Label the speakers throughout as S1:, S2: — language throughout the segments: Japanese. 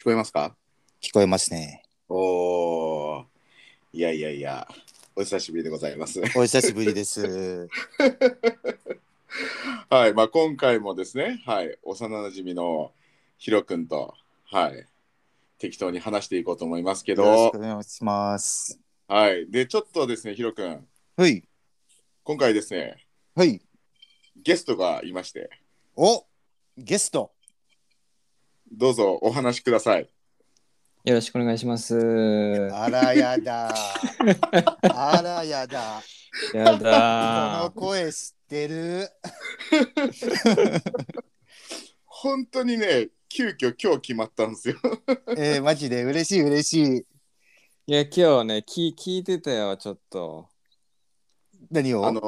S1: 聞こえますか
S2: 聞こえます ね。
S1: おー。いやいやいや、お久しぶりでございます。
S2: お久しぶりです。
S1: はい、まあ今回もですね、はい、幼馴染のヒロ君と、はい、適当に話していこうと思いますけ
S2: よろ
S1: ど
S2: しくお、願いします。
S1: はい、で、ちょっとですね、ヒロ君、
S2: はい。
S1: 今回ですね、
S2: はい。
S1: ゲストがいまして、
S2: おゲスト
S1: どうぞお話しください。
S3: よろしくお願いします。
S2: あら やだ。あらやだ。こ
S3: やだ
S2: の
S3: ー。
S2: 声知ってる
S1: 本当にね、急遽今日決まったんですよ。
S2: えー、マジで嬉しい嬉しい。
S3: いや、今日ね、聞聞いてたよ、ちょっと。
S2: 何
S1: あ
S2: を
S1: の、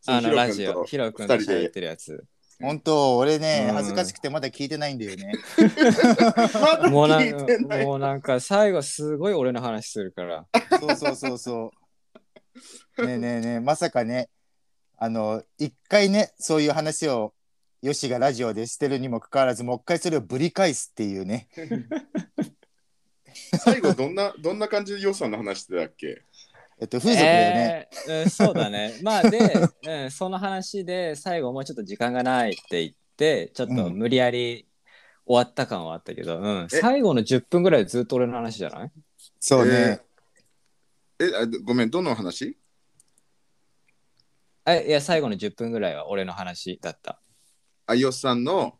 S1: その
S3: あ
S1: ヒ
S3: の、
S1: ロ
S3: ラジ
S1: 君
S3: オ、
S1: と
S3: ヒロ君と
S1: 二人で
S3: 喋ってる やつ。
S2: 本当俺ね
S3: うん
S2: 恥ずかしくてまだ聞いてないん だよね。
S1: まだ
S3: もうな
S1: 聞
S3: ん
S1: いてな
S3: か、
S1: い。
S3: もうなんか、最後すごい俺の話するから。
S2: そうそうそうそう。ねえねえねえまさかねあの一回ねそういう話をよしがラジオでしてるにもかかわらずもう一回それをぶり返すっていうね。
S1: 最後どんな、どんな感じで予算の話してたっけ
S2: えっと風俗だよね。
S3: えーうんそうだね。まあ、で、うん、その話で、最後もうちょっと時間がないって言って、ちょっと無理やり終わった感はあったけど、うん、最後の10分ぐらいずっと俺の話じゃない
S2: そうね。
S1: えーえあごめん、どの話
S3: あいや、最後の10分ぐらいは俺の話だった。
S1: あ、よっさんの、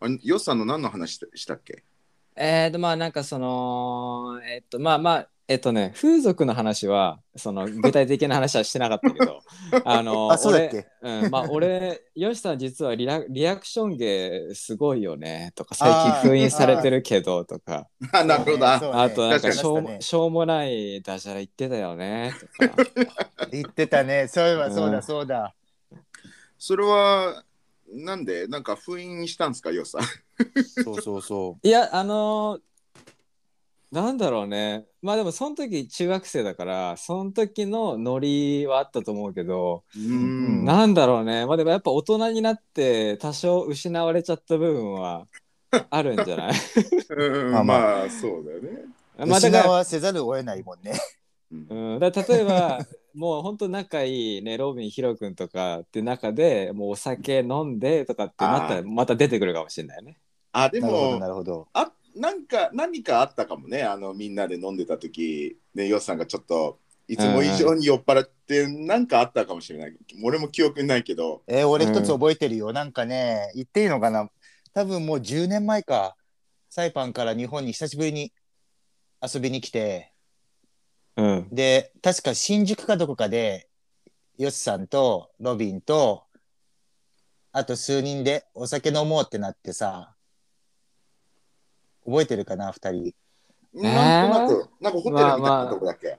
S1: あよっさんの何の話したしたっけ
S3: えーとまあなんかそのえっとまあまあえっとね風俗の話はその具体的な話はしてなかったけ どあの
S2: あ、そうだっけ
S3: 俺,、うん、まあ、俺よしさん実はリラリアクション芸すごいよねとか最
S2: あー
S3: 近封印されてるけどとか
S1: あ、なるほど。あ
S2: そうね
S3: あとなんかしょう,、
S2: 確かに
S3: しょうもないダジャレ言ってたよねとか
S2: 言ってたね。そういえば
S3: うん
S2: そうだそうだ。
S1: それは、なんで、なんか封印したんですか、よっさん。
S2: そうそうそ
S3: いやあのなんだろうねまあでもその時中学生だからその時のノリはあったと思うけど
S1: う
S2: うん
S1: ん。
S3: なんだろうね、まあ、でもやっぱ大人になって多少失われちゃった部分はあるんじ ゃない
S1: うん
S2: まあまあ
S1: まあ、そうだよね。
S2: う。
S3: まあだ
S2: 失
S3: から,、
S2: わせざるを得ないもんね。
S1: うん
S3: うん、だから例えばもう本当仲いいねロビンヒロ君とかって中でもうお酒飲んでとかってなった
S1: あ
S3: ら
S1: ー
S3: また出てくるかもしれないね。
S1: あ、で
S2: なるほどな
S1: も、
S2: るほど。
S1: あ、なんか、何かあったかもね。あの、みんなで飲んでた時、ね、よっさんがちょっと、いつも以上に酔っ払って、なんかあったかもしれない。俺も記憶にないけど、
S2: えー俺一つ覚えてるよ。なんかね、言っていいのかな多分もう10年前か。サイパンから日本に久しぶりに遊びに来て、
S3: うん、
S2: で、確か新宿かどこかで、ヨシさんとロビンと、あと数人でお酒飲もうってなってさ、覚えてるかな、二人。
S3: ー
S1: なんとなく、なんかホテルみたい
S3: ま
S1: な
S3: あまあ
S1: とこだっけ。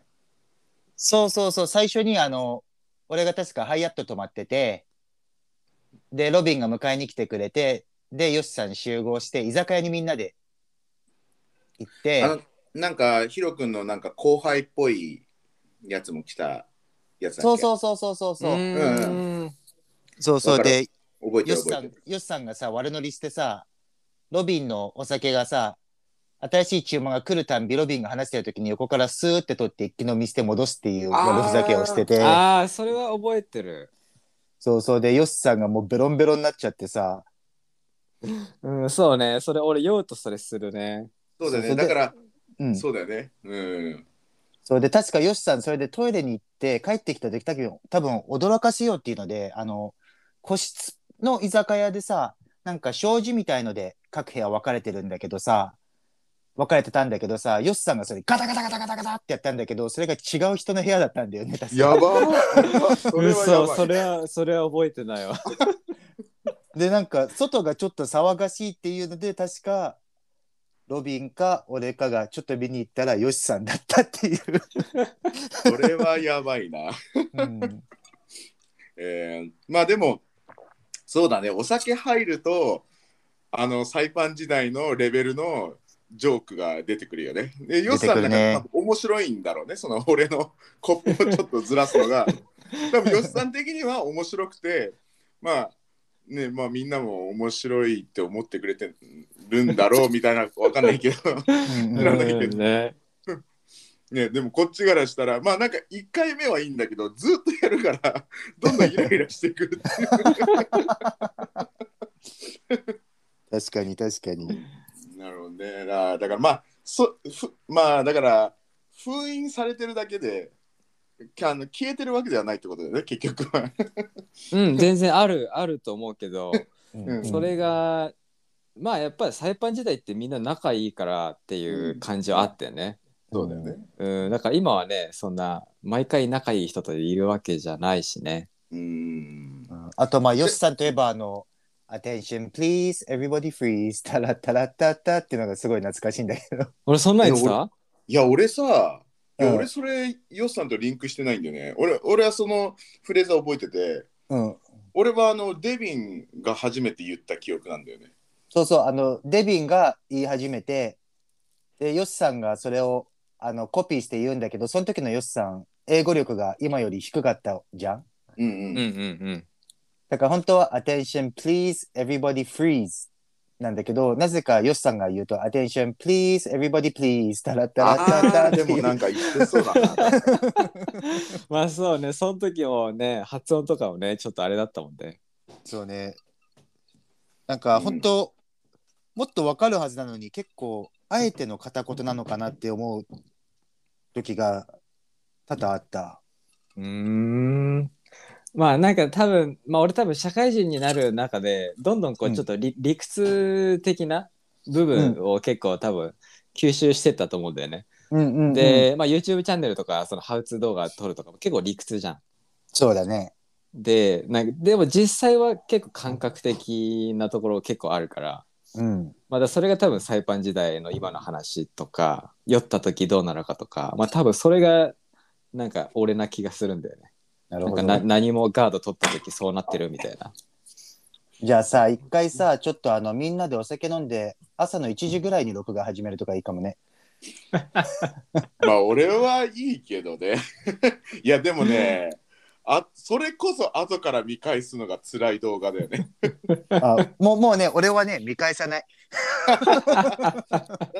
S2: そうそうそう、最初にあの、俺が確かハイアット泊まってて、で、ロビンが迎えに来てくれて、で、ヨシさん集合して、居酒屋にみんなで行っ
S1: あの
S2: て、
S1: なんかヒロ君のなんか後輩っぽいやつも来たやつだっけ
S2: そうそうそうそうそうそう、
S3: うん
S2: そう
S1: そ
S2: そうう、で、
S1: 覚えて
S2: ヨ
S1: る
S2: シ
S1: 覚
S2: さ
S1: え
S2: ん
S1: てる、
S2: ヨシさんがさ、悪乗りしてさ、ロビンのお酒がさ、新しい注文が来るたんび、ロビンが話してる時に横からスーって取って一気飲みして戻すっていう
S1: あー
S2: 悪ふざけをしてて、
S3: ああそれは覚えてる。
S2: そうそう、で、ヨシさんがもうベロンベロンになっちゃってさ、
S3: うん、そうねそれ俺酔うとそれするね。
S1: そうだよね
S2: そうそ
S1: だ
S2: うで
S1: から、
S2: うん、
S1: そうだよねうん
S2: そうで確かヨシさんそれでトイレに行って帰ってきた時多分多分驚かせようっていうのであの個室の居酒屋でさなんか障子みたいので各部屋分かれてるんだけどさ分かれてたんだけどさヨシさんがそれガタガタガタガタガタってやったんだけどそれが違う人の部屋だったんだよね確か
S1: やば それはや
S3: 嘘
S1: ばい
S3: それはそれは覚えてないわ。
S2: でなんか外がちょっと騒がしいっていうので確かロビンか俺かがちょっと見に行ったらヨシさんだったっていう、
S1: それはやばいな
S2: うん、
S1: えー、まあでもそうだねお酒入るとあのサイパン時代のレベルのジョークが出てくるよね。で、ヨシさんなんか、
S2: 出てくるね
S1: 多分面白いんだろうね、その俺のコ ップをちょっとずらすのが。多分ヨシさん的には面白くて、まあ、ねまあ、みんなも面白いって思ってくれてるんだろうみたいなわかんないけ ど、
S2: うん
S1: 知らないけど
S3: うんね
S1: ね、でもこっちからしたらまあなんか1回目はいいんだけどずっとやるからどんどんイライラしてくるっていう
S2: 確かに確かに。
S1: なるほどね。だだからまあ、そふまあだから封印されてるだけできあの消えてるわけではないってことだよね、結局は。
S3: うん全然あるあると思うけど
S1: うん
S3: それがまあやっぱりサイパン時代ってみんな仲いいからっていう感じはあってね、
S1: そうだよね。
S3: うん、だから今はねそんな毎回仲いい人といるわけじゃないしね
S1: うん。
S2: うんあとまあ、ヨシさんといえばあの、Attention please, everybody freeze, タラッタラッタッタっていうのがすごい懐かしいんだけど。
S3: 俺そんなん言ってた
S1: いや、俺さ、いや
S2: うん
S1: 俺それ、ヨスさんとリンクしてないんだよね。俺俺はそのフレーズは覚えてて、
S2: うん。
S1: 俺はあのデビンが初めて言った記憶なんだよね。
S2: そうそう、あの、デビンが言い始めて、で、ヨシさんがそれをあのコピーして言うんだけど、その時のヨシさん、英語力が今より低かったじゃん
S1: うん
S3: う
S1: うんん。
S3: うんうん
S2: だから本当は Attention please, everybody freeze なんだけど、なぜかヨシさんが言うと Attention please, everybody please, タラッタラッタラッタ
S1: あ
S2: ラ
S1: あ、でもなんか言ってそうだな。
S3: まあそうねその時もね発音とかもねちょっとあれだったもんね
S2: そうね。なんか
S1: うん
S2: 本当、もっとわかるはずなのに結構あえての片言なのかなって思う時が多々あった。
S3: うーんまあなんか多分まあ俺多分社会人になる中でどんどんこ
S2: う
S3: うんちょっと理,、理屈的な部分を結構多分吸収してったと思うんだよね。
S2: うんうん、
S3: で、まあ、YouTube チャンネルとかそのハウツー動画撮るとかも結構理屈じゃん。
S2: そうだね。
S3: でなんかでも実際は結構感覚的なところ結構あるから。
S2: うん。
S3: まあだそれが多分サイパン時代の今の話とか酔った時どうなのかとかまあ多分それがなんか俺な気がするんだよね。
S2: なる
S3: なん
S2: ほ
S3: か
S2: ど、
S3: な何もガード取った時そうなってるみたいな。
S2: じゃあさ、一回さ、ちょっとあのみんなでお酒飲んで、朝の1時ぐらいに録画始めるとかいいか もね。
S1: まあ俺はいいけどね。 いやでもね、あそれこそ後から見返すのが辛い動画だよ ね。
S2: あもうもうね、俺はね、見返さない。
S1: だ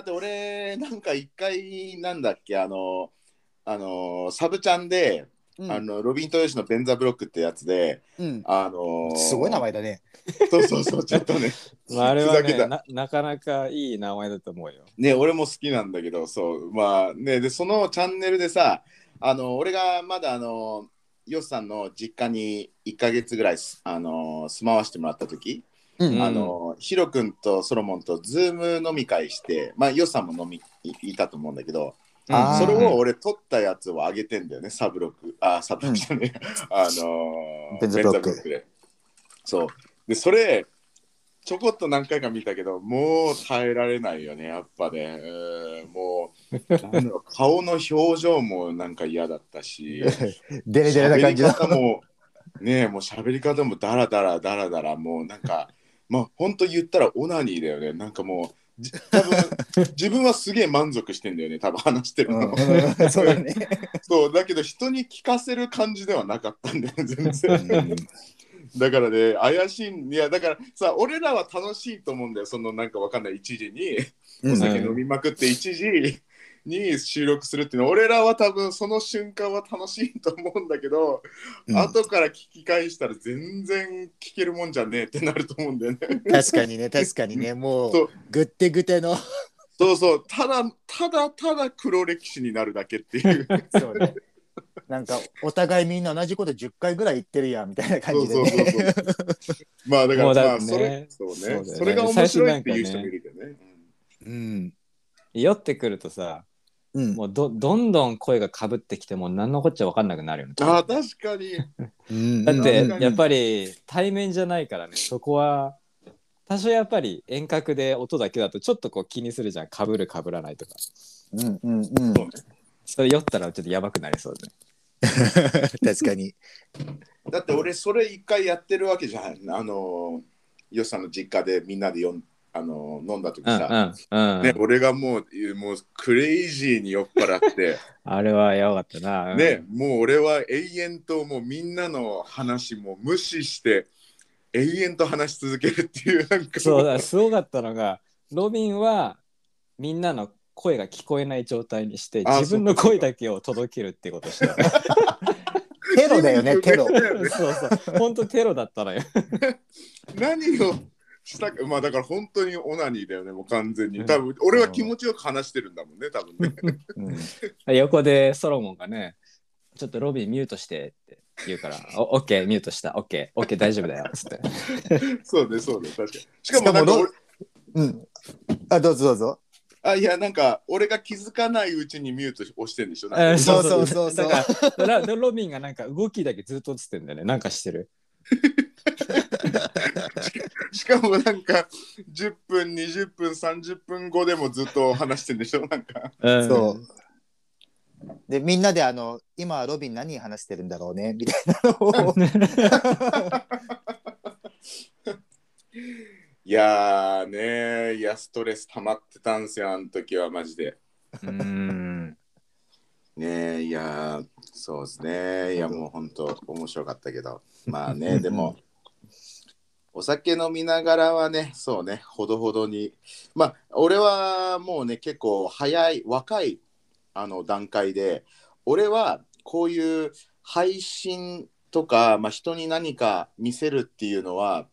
S1: って俺なんか一回なんだっけあのあのサブチャンで、
S2: うん
S1: あのロビン・トヨシのベンザブロックってやつで
S2: うん、
S1: あの
S2: すごい名前だね。
S1: そうそうそうちょっ とね
S3: まあ、あれは
S1: ふざけ
S3: ね
S1: た
S3: な、なかなかいい名前だと思うよ。
S1: ね俺も好きなんだけどそうまあねでそのチャンネルでさあの俺がまだあのヨスさんの実家に1ヶ月ぐらいすあの住まわしてもらった時
S2: うん
S1: あのヒロ君とソロモンとズーム飲み会して、まあ、ヨさんも飲みいいたと思うんだけど、
S2: あー
S1: それを俺撮ったやつを上げてんだよね、サブロック。あ、サブロックじゃねえ、あのー
S2: ベンザブロック
S1: ベンで。そう。で、それ、ちょこっと何回か見たけど、もう耐えられないよね、やっぱね。うんもう、 なんだろう顔の表情もなんか嫌だったし。
S2: デレデレな感じだ。
S1: 喋り方もねえもう喋り方もダラダラダラダラもうなんかまあ本当言ったらオナニーだよねなんかもうじ多 分自分はすげえ満足してんだよね多分話してる
S2: う
S1: の、
S2: んうんそう だね。
S1: そうだけど人に聞かせる感じではなかったんだよね全然だからね怪しいんいやだからさ俺らは楽しいと思うんだよそのなんかわかんない一時にお酒飲みまくって一時に収録するっていうの俺らは多分その瞬間は楽しいと思うんだけど
S2: うん
S1: 後から聞き返したら全然聞けるもんじゃねえってなると思うんだよね。
S2: 確かにね、確かにね、も
S1: そう
S2: う、ぐってぐての。
S1: そうそう、ただただただ黒歴史になるだけっていう。
S2: そうね。なんか、お互いみんな同じこと10回ぐらい言ってるやんみたいな感
S1: そう
S2: じ
S1: そ
S2: で
S1: うそう
S2: ね。
S1: そう。まあだか
S3: もう
S1: ら
S3: だ
S1: ま
S3: っ
S1: あ
S3: て
S1: それ
S3: ね
S1: そうね
S3: そうだよね
S1: それが面白いっていう人もいるけどね。
S2: うん。
S3: 酔ってくるとさ、
S2: うん
S3: もうどどんどん声がかぶってきて、もう何のこっちゃ分かんなくなるよね。
S1: ああ確かに。
S2: うん
S3: だって
S1: うん、
S3: やっぱり対面じゃないからね、そこは。多少やっぱり遠隔で音だけだとちょっとこう気にするじゃんかぶるかぶらないとか
S2: うんうんうん。
S3: それ酔ったらちょっとやばくなりそうだね
S2: 確かに。
S1: だって俺それ一回やってるわけじゃん。あのよさんの実家でみんなでよんあの飲んだ時さ。
S3: うんうんうん、
S1: ね、俺がもうもうクレイジーに酔っ払って、
S3: あれはやばかったな、うん
S1: ね、もう俺は永遠ともうみんなの話も無視して永遠と話し続けるっていうなんか
S3: そうだすごかったのがロビンはみんなの声が聞こえない状態にして
S1: あ
S3: 自分の声だけを届けるっていうことをした
S2: テロだよ ね、テロ。
S3: そうそう本当テロだったのよ
S1: 何をしたかまあだから本当にオナニーだよねもう完全に多分俺は気持ちよく話してるんだもんね多分ね
S3: 横でソロモンがね「ちょっとロビンミュートして」って言うから 「おオッケーミュートしたオッケーオッケー大丈夫だよ」っつって
S1: そうねそうね確かにしかもなんか
S2: しかも
S1: 俺
S2: うん。あ、どうぞどうぞ。
S1: あいやなんか俺が気づかないうちにミュート押してんでしょなんか
S3: えー
S2: そうそう そうそう
S3: だからロロビンがなんか動きだけずっと映ってんだよねなんかしてる
S1: しかもなんか10分20分30分後でもずっと話してんでしょなんか
S3: うん
S2: そう。で、みんなであの、今、ロビン何話してるんだろうね、みたいなのを。
S1: いやーねーいやストレス溜まってたんすよあの時はマジで
S3: うん
S1: ねえいやーそうですねいやもう本当面白かったけどまあ ねでもお酒飲みながらはねそうねほどほどにまあ俺はもうね結構早い若いあの段階で俺はこういう配信とか、まあ、人に何か見せるっていうのは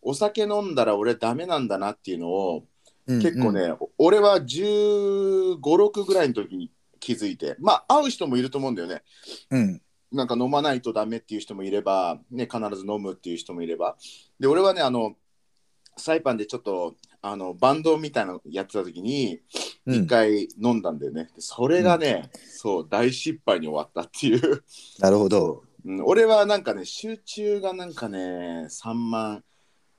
S1: お酒飲んだら俺ダメなんだなっていうのを結構ね、お俺は1 5 6ぐらいの時に気づいてまあ会う人もいると思うんだよね
S2: うん。うん。
S1: なんか飲まないとダメっていう人もいれば、ね、必ず飲むっていう人もいればで俺はねあのサイパンでちょっとあのバンドみたいなのやってた時に
S2: うん
S1: 一回飲んだんだよね、でそれがね、そう大失敗に終わったっていう、
S2: なるほど。
S1: うん、俺はなんかね集中がなんかね散漫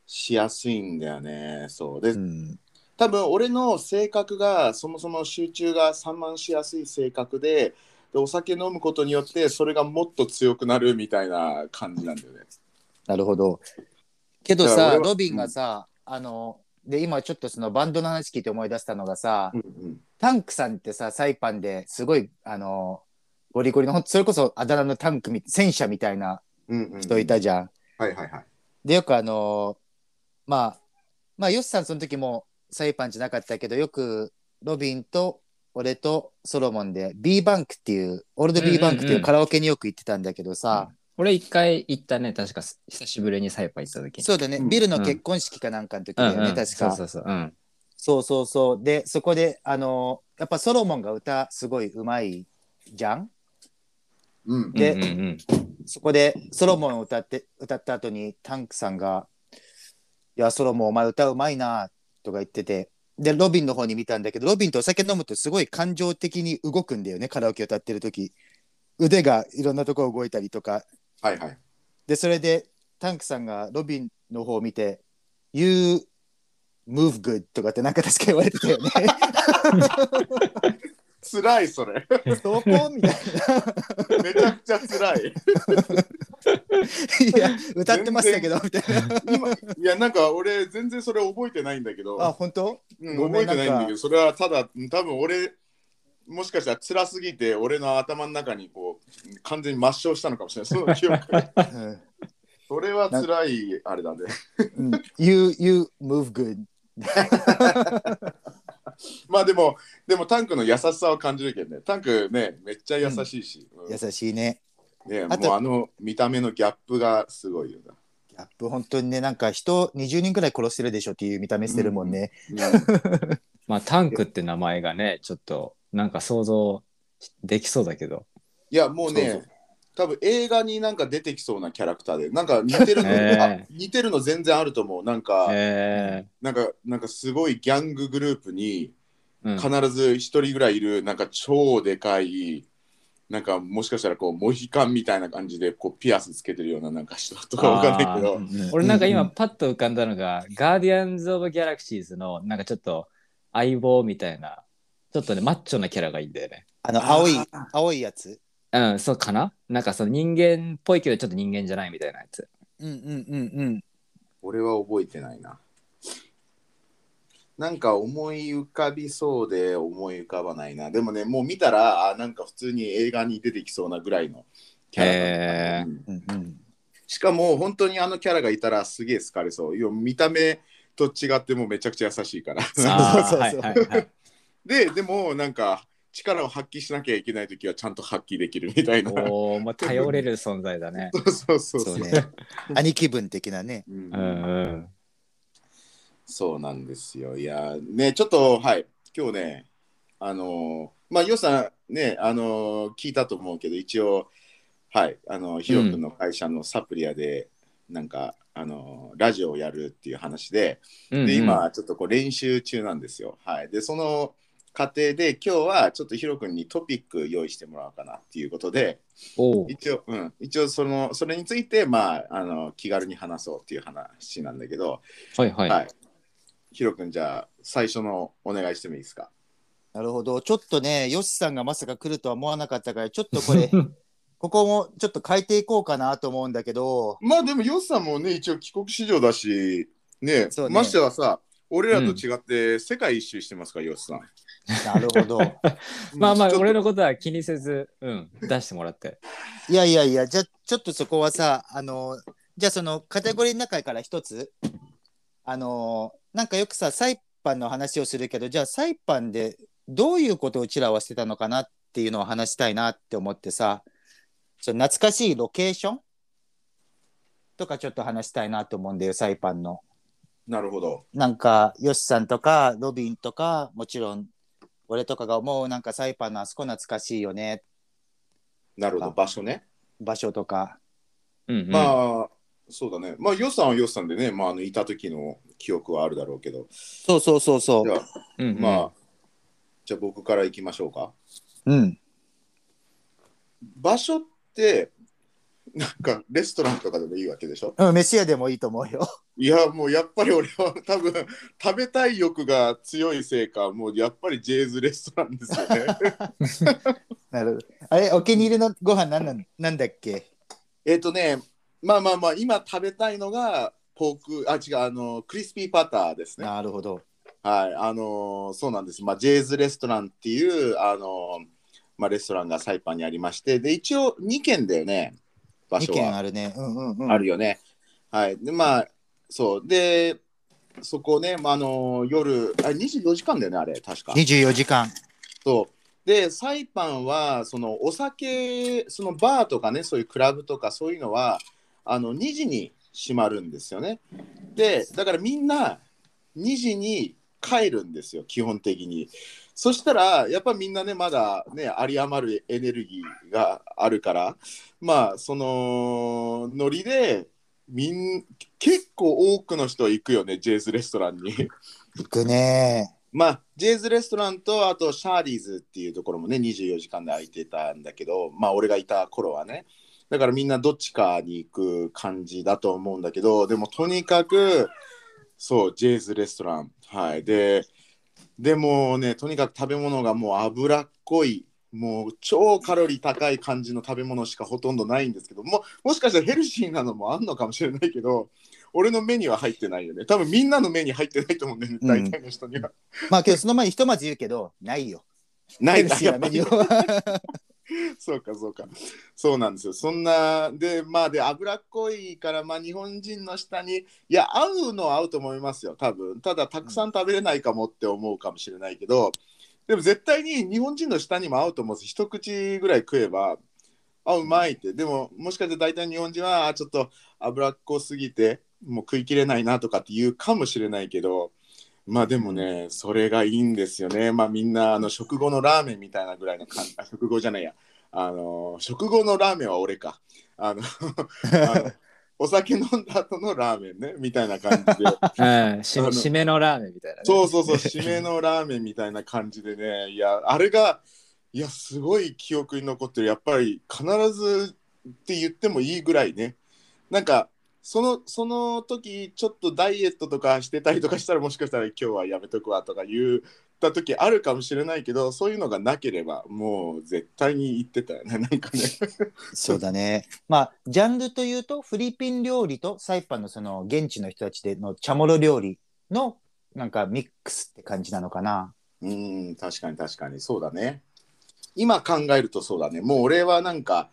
S1: しやすいんだよねそうで、
S2: うん。
S1: 多分俺の性格がそもそも集中が散漫しやすい性格ででお酒飲むことによってそれがもっと強くなるみたいな感じなんだよね。
S2: なるほど。けど
S1: だから
S2: さ、
S1: 俺は
S2: ロビンがさ、あの、で、今ちょっとそのバンドの話聞いて思い出したのがさ、タンクさんってさ、サイパンですごい、あの、ゴリゴリの、ほんそれこそあだ名のタンクみ、戦車みたいな
S1: うんうん
S2: 人いたじゃん。
S1: はいはいはい。
S2: で、よくあの、まあ、まあ、ヨシさんその時もサイパンじゃなかったけど、よくロビンと俺とソロモンで B バンクっていう、オールド B バンクってい
S3: うんうんう
S2: うんカラオケによく行ってたんだけどさ、
S3: 俺一回行ったね確かす久しぶりにサイパー行った時
S2: そうだね、
S1: うん
S2: ビルの結婚式かなんかの時だ
S3: うん
S2: よ
S3: う
S2: ね、
S3: ん
S2: 確か。
S3: そうそうそううん
S2: そうそうそう。で、そこで、あのーやっぱソロモンが歌すごいうまいじゃん
S1: うん、
S2: で
S3: うん うんうん
S2: そこでソロモンを歌って、歌った後にタンクさんが、いや、ソロモンお前歌うまいな、とか言ってて、で、ロビンの方に見たんだけど、ロビンとお酒飲むとすごい感情的に動くんだよね、カラオケ歌ってる時腕がいろんなとこ動いたりとか。
S1: はいはい。
S2: で、それでタンクさんがロビンの方を見て、You move good とかってなんか確か言われてたよね。
S1: 辛いそれ。
S2: そこみたいな。
S1: めちゃくちゃ辛い。
S2: いや、歌ってましたけど、みたいな。
S1: 今いやなんか俺全然それ覚えてないんだけど、
S2: あ、本当
S1: うん、
S2: ご
S1: 覚
S2: め
S1: え
S2: ん
S1: てないんだ
S2: な
S1: け
S2: んか
S1: ど、それはただ多分俺もしかしたら辛すぎて俺の頭の中にこう完全に抹消したのかもしれない。その記 憶。それは辛いあれだね。
S2: うん you, you move good.
S1: まあでも、でもタンクの優しさを感じるけどね。タンクね、めっちゃ優しいし。うん
S2: 優しいね。
S1: ね、
S2: あと
S1: もうあの見た目のギャップがすごいよな。
S2: ギャップ、本当にね、なんか人20人くらい殺してるでしょっていう見た目してるもんね。
S3: まあタンクって名前がねちょっとなんか想像できそうだけど
S1: いや、もうね、
S3: そうそ
S1: 多分映画になんか出てきそうなキャラクターで、なんか似てるの、
S3: ね
S1: あ似てるの全然あると思う。なんか、
S3: へえ
S1: なんか、なんかすごいギャンググループに
S3: うん
S1: 必ず一人ぐらいいる、なんか超でかい、なんかもしかしたらこうモヒカンみたいな感じでこうピアスつけてるようななんか人とかわかんないけど。
S3: 俺なんか
S2: う
S3: 今パッと浮かんだのが、ガーディアンズ・オブ・ギャラクシーズのなんかちょっと相棒みたいな、ちょっとね、マッチョなキャラがいいんだよね。
S2: あの、青い、青いやつ。
S3: うん、そうかななんかその人間っぽいけどちょっと人間じゃないみたいなや つ。
S2: うんうんうんうん。
S1: 俺は覚えてないな。なんか思い浮かびそうで思い浮かばないな。でもね、もう見たら、あなんか普通に映画に出てきそうなぐらいのキャラだった
S3: へー
S1: うん
S2: うんうん、
S1: しかも本当にあのキャラがいたらすげえ好かれそういや見た目と違ってもうめちゃくちゃ優しいから
S3: あー
S2: そうそうそう
S3: はいはいはい
S1: ででもなんか力を発揮しなきゃいけない時はちゃんと発揮できるみたいなそ
S3: おお、まあ、頼れる存在だね。
S1: う そうそう
S3: そ
S1: そうう
S3: ね。
S2: 兄貴分的なね。
S1: うん
S3: うんうん。
S1: そうなんですよいやねちょっとはい今日ねあのーまあよさんねあのー聞いたと思うけど一応はいあのひろくんの会社のサプリアで、なんかあのーラジオをやるっていう話で、
S3: うんうん
S1: で今ちょっとこう練習中なんですよ。はい、でその過程で今日はちょっとヒロ君にトピック用意してもらおうかなっていうことで
S3: おう
S1: 一応,、うん、一応そのそれについて、まあ、あの気軽に話そうっていう話なんだけど、
S3: はいはい。
S1: はい、ヒロ君じゃあ最初のお願いしてもいいですか。
S2: なるほど。ちょっとね、ヨシさんがまさか来るとは思わなかったから、ちょっと これ、ここもちょっと変えていこうかなと思うんだ けど、
S1: まあでもヨスさんもね一応帰国子女だしね
S2: そうね
S1: ましてはさ俺らと違って世界一周してますから、ヨスさん。
S2: なるほど。
S3: まあまあ
S1: ちょっと
S3: 俺のことは気にせず、うん、出してもらって。
S2: いやいやいや、じゃあちょっとそこはさ、あの、じゃあそのカテゴリーの中から一つ、あの、なんかよくさ、サイパンの話をするけど、じゃあサイパンでどういうことをうちらはしてたのかなっていうのを話したいなって思ってさ、ちょっと懐かしいロケーションとかちょっと話したいなと思うんだよ、サイパンの。
S1: なるほど。
S2: なんか、ヨシさんとか、ロビンとか、もちろん、俺とかが思う、なんかサイパンのあそこ懐かしいよね、
S1: なるほど場所ね。
S2: 場所とか。
S3: うんうん、
S1: ま
S3: あ
S1: あ、そうだね。まあ、予算は予算でね、まあ、あのいた時の記憶はあるだろうけど、
S2: そうそうそうそ
S1: じゃ
S2: う。
S1: あ、まあ、じゃあ僕から行きましょうか。
S2: うん。
S1: 場所って、なんかレストランとかでもいいわけでしょ
S2: うん、飯屋でもいいと思うよ。
S1: いや、もうやっぱり俺は多分、食べたい欲が強いせいか、もうやっぱりジェイズレストランですよね。
S2: なるほど。あれ、お気に入りのご飯なんなんなんだっけ
S1: えっとね、まあまあまあ、今食べたいのが、ポーク、あ、違う、あの、クリスピーパターですね。
S2: なるほど。
S1: はい、あのーそうなんです。まあ、ジェイズレストランっていう、あのーまあ、レストランがサイパンにありまして、で、一応2軒だよね、場
S2: 2
S1: 所
S2: 軒
S1: は。
S2: あるね。うんうんうん。
S1: あるよね。はい。で、まあ、そう。で、そこね、まあ、あのー夜、あ、24時間だよね、あれ、確か。
S2: 24時間。
S1: そう。で、サイパンは、その、お酒、その、バーとかね、そういうクラブとか、そういうのは、あの、2時に閉まるんですよね。で、だからみんな、2時に帰るんですよ、基本的に。そしたら、やっぱみんなね、まだね、有り余るエネルギーがあるから、まあ、その、ノリで、みん結構多くの人行くよね、ジェイズレストランに。
S2: 行くね。
S1: まあ、ジェイズレストランと、あと、シャーリーズっていうところもね、24時間で空いてたんだけど、まあ、俺がいた頃はね、だからみんなどっちかに行く感じだと思うんだけど、でも、とにかく、そう、ジェイズレストラン。はい。で、でもね、とにかく食べ物がもう脂っこい、もう超カロリー高い感じの食べ物しかほとんどないんですけども、もしかしたらヘルシーなのもあんのかもしれないけど、俺の目には入ってないよね。多分みんなの目に入ってないと思うんだよね、
S2: うん
S1: 大体の人には。
S2: まあ、けどその前にひとまず言うけど、ないよ。
S1: な
S2: ヘ
S1: い
S2: ル
S1: な
S2: シーなメニューは
S1: そうかそうかそうなんですよそんなでまあで脂っこいからまあ日本人の下にいや合うのは合うと思いますよ多分ただたくさん食べれないかもって思うかもしれないけど、でも絶対に日本人の下にも合うと思うんです一口ぐらい食えばあうまいってでももしかして大体日本人はあちょっと脂っこすぎてもう食いきれないなとかって言うかもしれないけどまあでもねそれがいいんですよねまあみんなあの食後のラーメンみたいなぐらいの感じあ食後じゃないやあの食後のラーメンは俺かあのあのお酒飲んだ後のラーメンねみたいな感じで
S3: うん、し
S1: あの
S3: 締めのラーメンみたいな、ね。
S1: そうそうそう、締めのラーメンみたいな感じでね、いや、あれが、いや、すごい記憶に残ってる、やっぱり必ずって言ってもいいぐらいね、なんか、そのその時ちょっとダイエットとかしてたりとかしたらもしかしたら今日はやめとくわとか言った時あるかもしれないけどそういうのがなければもう絶対に言ってたよねなんかね
S2: そうだね。まあ、ジャンルというと、フィリピン料理とサイパンのその現地の人たちでのチャモロ料理のなんかミックスって感じなのかな。
S1: うん確かに確かにそうだね今考えるとそうだねもう俺はなんか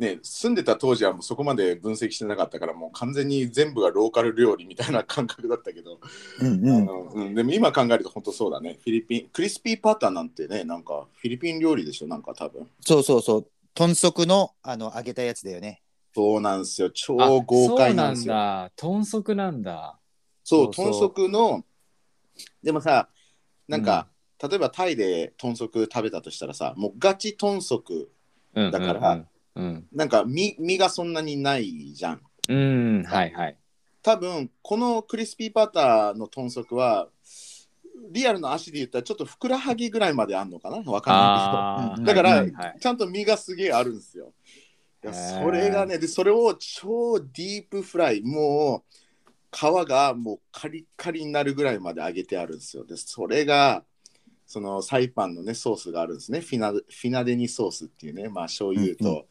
S1: ね、住んでた当時はもうそこまで分析してなかったからもう完全に全部がローカル料理みたいな感覚だったけど、
S2: うん
S1: あ
S2: うん。
S1: のうん、でも今考えると本当そうだねフィリピンクリスピーパターなんてねなんかフィリピン料理でしょなんか多分
S2: そうそうそう。豚足の、あの、揚げたやつだよね。
S1: そうなんですよ超
S3: あ
S1: 豪快なんですよ
S3: そうなんだ。豚足なんだ。
S1: そう
S2: そう
S1: 豚
S2: そう
S1: 足のでもさなんか、例えばタイで豚足食べたとしたらさもうガチ豚足
S3: うん、うん
S1: だから。
S3: うん。
S1: なんか身身がそんなにないじゃん
S3: うん、うんはいはい。
S1: 多分このクリスピーパターの豚足はリアルの足で言ったらちょっとふくらはぎぐらいまであんのかなわかんないけど
S2: う
S3: ああ。
S2: ん
S1: だから
S3: はいはい
S1: ちゃんと身がすげえあるんですよ。いや
S3: へー
S1: それがねで、それを超ディープフライ、もう皮がもうカリッカリになるぐらいまで揚げてあるんですよ。で、それが、そのサイパンのね、ソースがあるんですね。フィナフィナデニソースっていうね、まあ醤油と、
S2: うん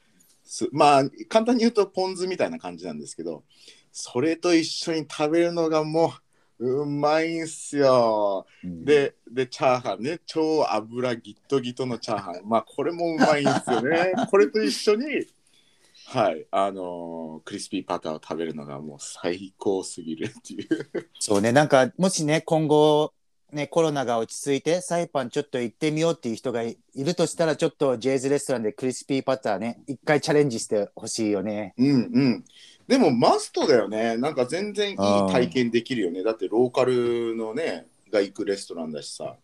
S1: すまあ簡単に言うとポン酢みたいな感じなんですけど、それと一緒に食べるのがもううまいんすよ。で、で、チャーハンね、超油ギットギトのチャーハン。まあ、これもうまいんですよ ね。これと一緒に、はい、あのークリスピーパターを食べるのがもう最高すぎるっていう。
S2: そうね。なんか、もしね、今後、ね、コロナが落ち着いて、サイパンちょっと行ってみようっていう人がいいるとしたら、ちょっとジェイズレストランでクリスピーパターね、一回チャレンジしてほしいよね。
S1: うんうん。でも、マストだよね。なんか全然いい体験できるよね。だって、ローカルのね、が行くレストランだしさ。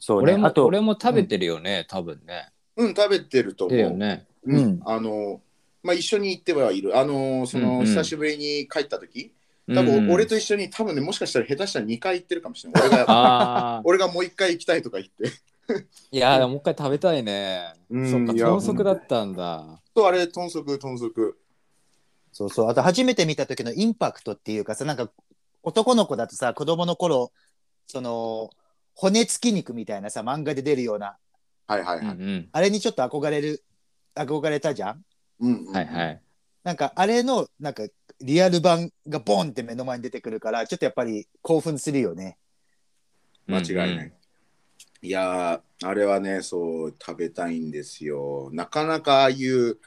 S2: そうね。
S3: 俺も
S2: あ、と、
S3: 俺も食べてるよね、多分ね。
S1: うん、食べてると思
S3: だ
S1: う。
S3: よね。
S1: う
S2: うん
S1: ん。あのーまあ、一緒に行ってはいる。あのーその、
S3: うんうん
S1: 久しぶりに帰った時多分俺と一緒に多分ねもしかしたら下手したら2回行ってるかもしれない俺が
S3: ああ。
S1: 俺がもう1回行きたいとか言って
S3: いやー、でももう一回食べたいね。
S1: うん
S3: そっか、
S1: いや
S3: 豚足だったんだ。
S1: とあれ豚足豚足
S2: そうそう。あと、初めて見た時のインパクトっていうかさ、なんか、男の子だとさ、子供の頃、その、骨付き肉みたいなさ、漫画で出るような、
S1: はいはい
S3: うん
S1: は
S3: う
S1: い、
S3: ん。
S2: あれにちょっと憧れる、憧れたじゃん
S1: うんうん
S3: はいはい。
S2: なんか、あれの、なんか、リアル版がボンって目の前に出てくるから、ちょっとやっぱり興奮するよね。
S1: 間違いない、いやーあれはねそう食べたいんですよなかなかああいう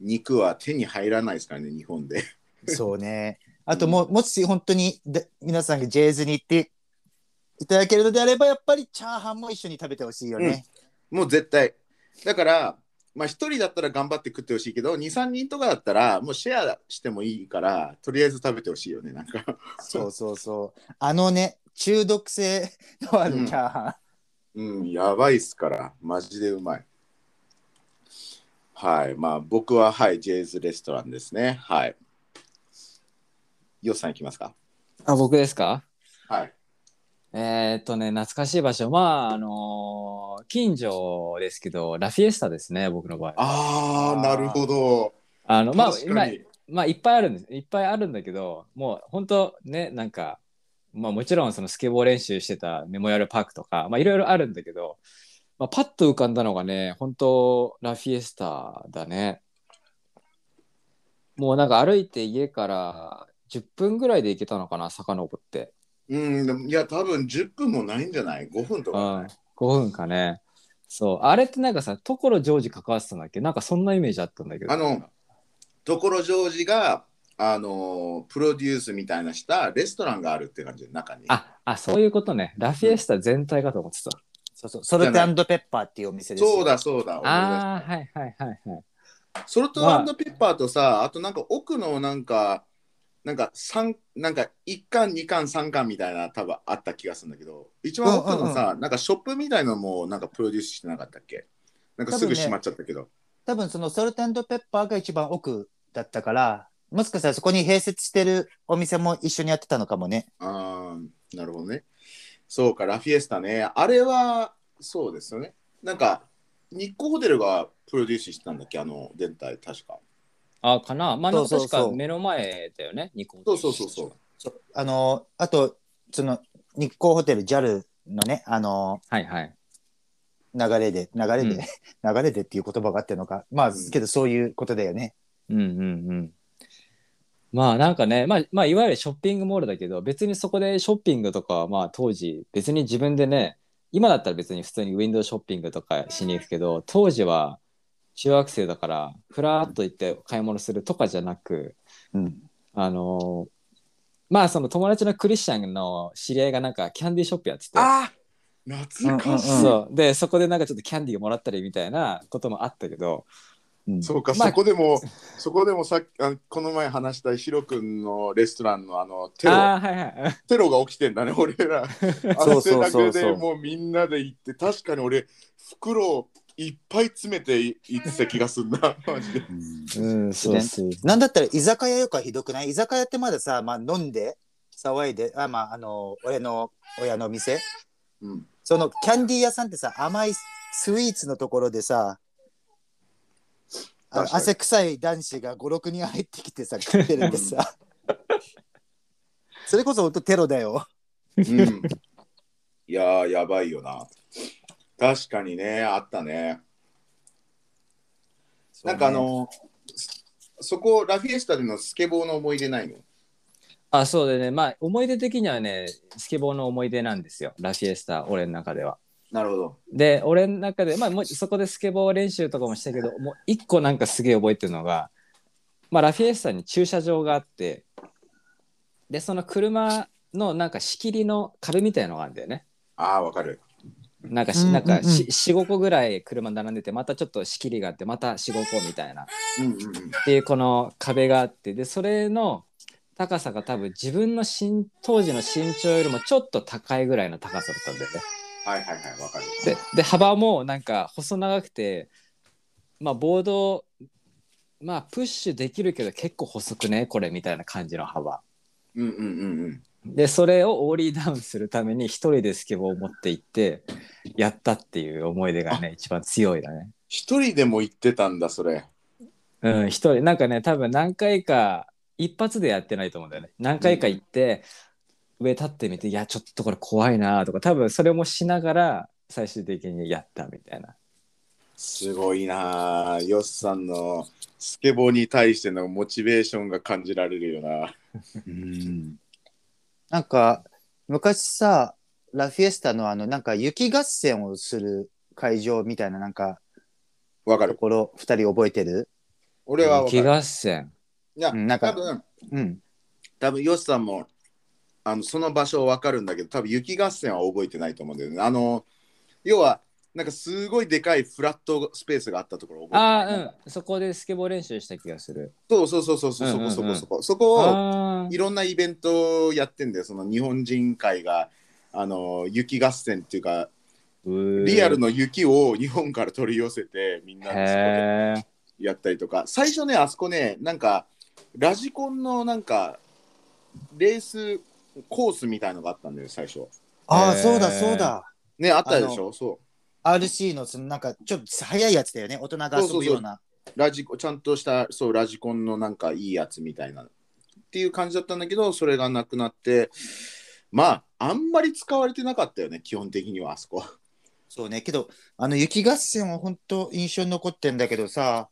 S1: 肉は手に入らないですからね日本で
S2: そうね。あともう、もし本当にで皆さんがジェイズに行っていただけるのであれば、やっぱりチャーハンも一緒に食べてほしいよね。
S1: もう絶対だからまあ1人だったら頑張って食ってほしいけど23人とかだったらもうシェアしてもいいからとりあえず食べてほしいよねなんか
S2: そうそうそう。あのね、中毒性のあるチャーハン。
S1: うん、やばいっすから、マジでうまい。はい、まあ僕は、はい、ジェイズレストランですね。はい。よっさん行きますか。
S3: あ、僕ですか
S1: はい。
S3: えーっとね、懐かしい場所。まあ、あのー近所ですけど、ラフィエスタですね、僕の場合。あ
S1: あ
S2: あー
S1: あ、なるほど。
S3: の、まあ、
S1: 確
S3: 今
S1: か、に。
S3: まあ、いっぱいあるんです。いっぱいあるんだけど、もう、本当ね、なんか、まあ、もちろん、そのスケボー練習してたメモリアルパークとか、まあ、いろいろあるんだけど、まあ、パッと浮かんだのがね、本当ラフィエスタだね。もう、なんか歩いて家から10分ぐらいで行けたのかな、遡って。
S1: うん、いや、多分10分もないんじゃない ?5 分と
S3: う
S1: か
S3: ん、5分かね。そう。あれってなんかさ、所ジョージ関わってたんだっけなんかそんなイメージあったんだけど。
S1: あのところジョージが、あのープロデュースみたいなしたレストランがあるって感じの中に。
S3: あ、あ、そういうことね。ラフィエスタ全体かと思ってた。
S2: そうそう。ソル
S1: じゃ
S2: トペッパーっていうお店ですよ。
S1: そうだ、そうだ。
S3: ああ、はいはいはいはい。
S1: ソルトアンドペッパーとさ、あとなんか奥のなんか、なんか三なんか1巻、2巻、3巻みたいな多分あった気がするんだけど、一番奥のさ、なんかショップみたいのもなんかプロデュースしてなかったっけなんかすぐ閉まっちゃったけど。
S2: 多分そのソルトペッパーが一番奥だったから、もしかしたらそこに併設してるお店も一緒にやってたのかもね。
S1: ああ、なるほどね。そうか、ラフィエスタね。あれは、そうですよね。なんか、日光ホテルがプロデュースしてたんだっけあの、全体、確か。
S3: あかな。まあ、なんか
S2: そうそう
S3: 確
S2: そう
S3: か目の前だよね、ニコン
S1: そうそうそうそう。。
S2: そうあの、あと、その、日光ホテル JAL のね、あの、
S3: はいはい。
S2: 流れで、流れで、 流れでっていう言葉があってるのか。まあ、
S1: うん
S2: けどそういうことだよね。
S3: うんうんうん。まあなんかね、まあ、まあいわゆるショッピングモールだけど別にそこでショッピングとかはまあ当時別に自分でね今だったら別に普通にウィンドウショッピングとかしに行くけど当時は中学生だからふらーっと行って買い物するとかじゃなく
S2: うん。
S3: あのーまあその友達のクリスチャンの知り合いがなんかキャンディーショップやってて
S1: あー懐かしい、
S2: うんうんうん
S3: そうでそこでなんかちょっとキャンディーをもらったりみたいなこともあったけど、
S2: うん
S1: そうか、
S3: まあ
S1: そこでもそこでもさっきあのこの前話したヒロ君のレストランのあのテロ
S3: ああーはいはい
S1: テロが起きてんだね俺らあ
S2: そ
S1: の
S2: うそうそうそう
S1: 汗だくでもうみんなで行って確かに俺袋をいっぱい詰めてい行ってた気がすんなマジで
S3: うん
S2: そうそう。なんだったら居酒屋よくはひどくない居酒屋ってまださ、まあ飲んで、騒いで、あ、まああの、俺の親の店。
S1: うん
S2: そのキャンディー屋さんってさ、甘いスイーツのところでさ、あ
S1: 確かに
S2: 汗臭い男子が5、6人入ってきてさ、食ってるん でさ。それこそ本当テロだよ。
S1: うんいやーやばいよな確かにねあったねなんかあのそそこラフィエスタでのスケボーの思い出ないの
S3: あそうでねまあ思い出的にはねスケボーの思い出なんですよラフィエスタ俺の中では。
S1: なるほど
S3: で俺の中でまあもうそこでスケボー練習とかもしたけどもう一個なんかすげえ覚えてるのが、まあ、ラフィエスタに駐車場があってでその車のなんか仕切りの壁みたいのがあるんだよね。
S1: ああわかる
S3: なんかし、
S2: うん
S3: なん
S2: うん
S3: か
S2: うん
S3: し45個ぐらい車並んでてまたちょっと仕切りがあってまた45個みたいな
S1: うんうんうん
S3: っていうこの壁があってでそれの高さが多分自分の身当時の身長よりもちょっと高いぐらいの高さだったんだよね。
S1: はいはいはいわかる
S3: でで幅もなんか細長くてまあボードまあプッシュできるけど結構細くねこれみたいな感じの幅。
S1: うんうんうんうん
S3: でそれをオーリーダウンするために一人でスケボーを持って行ってやったっていう思い出がね一番強いだね。
S1: 一人でも行ってたんだそれ
S3: うん、一人、なんかね、多分何回か、一発でやってないと思うんだよね。何回か行って、上立ってみて、いや、ちょっとこれ怖いなとか、多分それもしながら、最終的にやったみたいな。
S1: すごいなあよっさんのスケボーに対してのモチベーションが感じられるよな。
S2: うんなんか昔さラフィエスタのあのなんか雪合戦をする会場みたいななんか
S1: わか
S2: と
S1: る。
S2: ころ2人覚えてる、
S1: 俺はわか
S3: 雪
S1: る。
S3: 合戦。
S1: いや
S2: う、ん、なん
S1: 多
S2: か、
S1: 分、
S2: うん、
S1: 多分よっさんもあのその場所わかるんだけど、多分雪合戦は覚えてないと思うんだよね。あの、要は、なんかすごいでかいフラットスペースがあったところ覚えて
S3: あ
S1: る
S3: あ、うん。そこでスケボー練習した気がする。
S1: そうそうそうそう、
S3: うんうんうん
S1: そこそこそこ。そこを
S3: あ
S1: いろんなイベントをやってんだよ。その日本人会が、あの、雪合戦っていうか、
S3: ー
S1: リアルの雪を日本から取り寄せて、みんなでそこで
S3: へえ。
S1: やったりとか最初ねあそこねなんかラジコンのなんかレースコースみたいのがあったんだよ最初
S2: ああ
S3: えー
S2: そうだそうだ
S1: ねあったでしょそう
S2: RC のそのなんかちょっと速いやつだよね大人が遊ぶような
S1: ラジコちゃんとしたそうラジコンのなんかいいやつみたいなっていう感じだったんだけどそれがなくなってまああんまり使われてなかったよね基本的にはあそこ
S2: そうねけどあの雪合戦は本当印象に残ってんだけどさ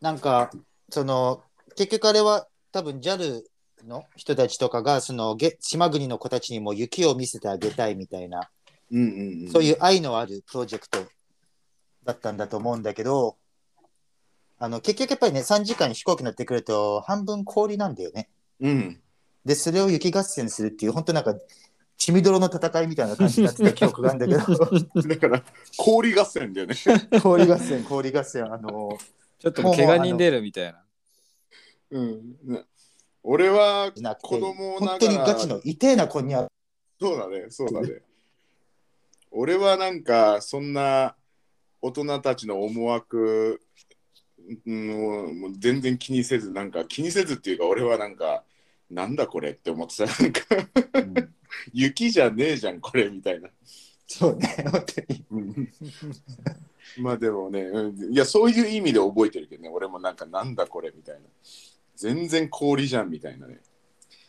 S2: なんかその結局あれは多分 JAL の人たちとかがそのげ島国の子たちにも雪を見せてあげたいみたいな
S1: うんうん、うん、
S2: そういう愛のあるプロジェクトだったんだと思うんだけど、あの結局やっぱりね、3時間飛行機乗ってくると半分氷なんだよね。
S1: うん
S2: で、それを雪合戦するっていう、本当なんか、血みどろの戦いみたいな感じになって た記憶があるんだけ
S1: だから氷合戦だよね
S2: ど、氷合戦、氷合戦、あの
S3: ちょっともう怪我人出るみたいな。
S1: うんね俺は
S2: なくて
S1: 子供ながら
S2: 本当にガチの痛えな子には、
S1: そうだね、そうだね。俺はなんか、そんな大人たちの思惑、うんもうもう全然気にせず、なんか気にせずっていうか、俺はなんか、なんだこれって思ってた。なんか、雪じゃねえじゃん、これみたいな。
S2: そう ね、本当に。
S1: まあでもね、うんいや、そういう意味で覚えてるけどね、俺もなんか、なんだこれみたいな。全然氷じゃんみたいなね。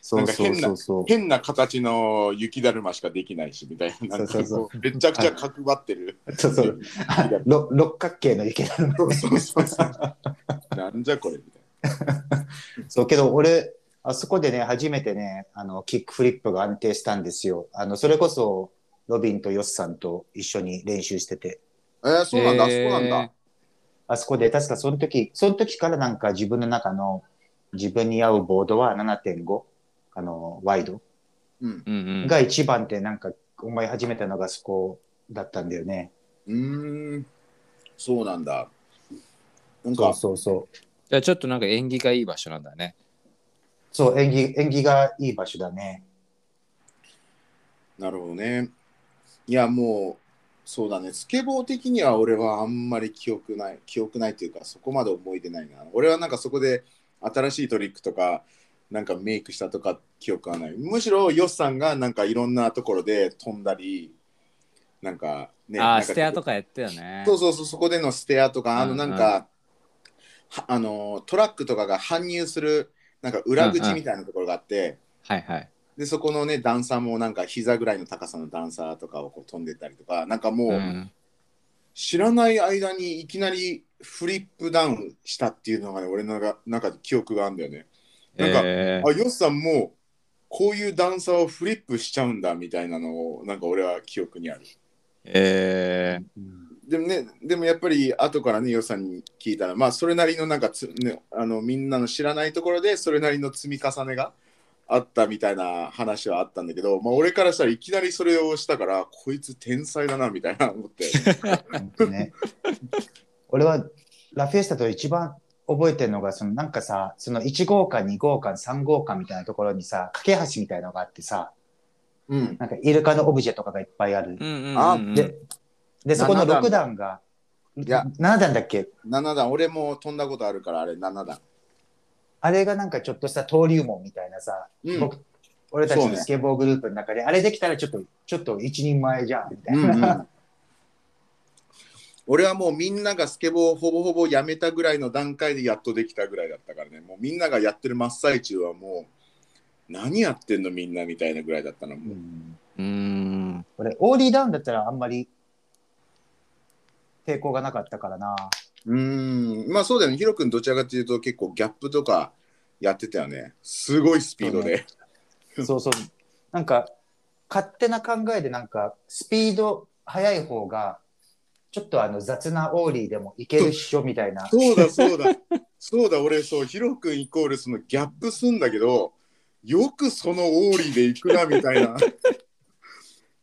S2: そう
S1: そうそう
S2: そう
S1: 変な形の雪だるましかできないしみたいな。なんか
S2: そうそう
S1: こうめちゃくちゃ角張ってる。
S2: そうそうろ六角形の雪だるま
S1: そうそうそうそう。なんじゃこれみたい
S2: そうけど俺あそこでね初めてねあのキックフリップが安定したんですよあのそれこそロビンとヨスさんと一緒に練習してて
S1: な。えー、そうなんだ、
S3: へー
S1: そうなんだ。
S2: あそこで、確かその時、その時からなんか自分の中の自分に合うボードは7.5、あの、ワイド
S1: うん。
S3: うんうん。
S2: が一番ってなんか思い始めたのがそこだったんだよね。
S1: うーん。そうなんだ。なん
S2: そう
S1: か、
S2: そうそう。
S3: じゃあちょっとなんか縁起がいい場所なんだね。
S2: そう、縁起、縁起がいい場所だね。
S1: なるほどね。いや、もう、そうだね。スケボー的には俺はあんまり記憶ない、記憶ないというか、そこまで思い出ないな。俺はなんかそこで新しいトリックとか、なんかメイクしたとか記憶はない。むしろ、ヨシさんがなんかいろんなところで飛んだり、なんかね、
S3: あ
S1: なん
S3: あ、
S1: か
S3: ステアとかやったよね。
S1: そうそうそう、そこでのステアとか、あの
S3: うんう
S1: なんんか、はあのトラックとかが搬入する、なんか裏口みたいなところがあって、
S3: はいはい。
S1: で、そこのね、段差もなんか膝ぐらいの高さの段差とかをこう飛んでったりとか、なんかもう、
S3: うん、
S1: 知らない間にいきなりフリップダウンしたっていうのがね、俺の中で記憶があるんだよね。なんか
S3: え
S1: あ、ヨスさんもう、こういう段差をフリップしちゃうんだみたいなのを、なんか俺は記憶にある。
S3: えー
S1: でもね、でもやっぱり後からね、ヨウさんに聞いたら、まあ、それなりのなんかつ、ね、あのみんなの知らないところで、それなりの積み重ねがあったみたいな話はあったんだけど、まあ、俺からしたらいきなりそれをしたから、こいつ天才だなみたいな思って。
S2: 本当ね、俺はラフェスタと一番覚えてるのがそのなんかさその1号館2号館3号館みたいなところにさ架け橋みたいのがあってさ
S1: うん、
S2: なんかイルカのオブジェとかがいっぱいある、
S3: うんうんうんうん
S1: あ
S2: ででそこの
S1: 七段
S2: 6段が
S1: いや
S2: 7段だっけ
S1: 7段、俺も飛んだことあるから、あれ7段。
S2: あれがなんかちょっとした登竜門みたいなさ、
S1: うん
S2: 僕俺たち
S1: そう
S2: の
S1: ね
S2: スケボーグループの中で、あれできたらちょっとちょっと一人前じゃんみたい
S1: うんう
S2: な、
S1: ん 俺はもうみんながスケボーをほぼほぼやめたぐらいの段階でやっとできたぐらいだったからねもうみんながやってる真っ最中はもう何やってんのみんなみたいなぐらいだったのもう
S2: うん
S3: うーん。
S2: 俺オーリーダウンだったらあんまり抵抗がなかったからな
S1: うーんまあそうだよねヒロ君どちらかというと結構ギャップとかやってたよねすごいスピードで、
S2: そうそう。なんか、勝手な考えで、なんか、スピード速い方が、ちょっとあの雑なオーリーでもいけるっしょみたいな。
S1: そうだそうだそうだ俺そうヒロ君イコールそのギャップすんだけどよくそのオーリーで行くなみた いな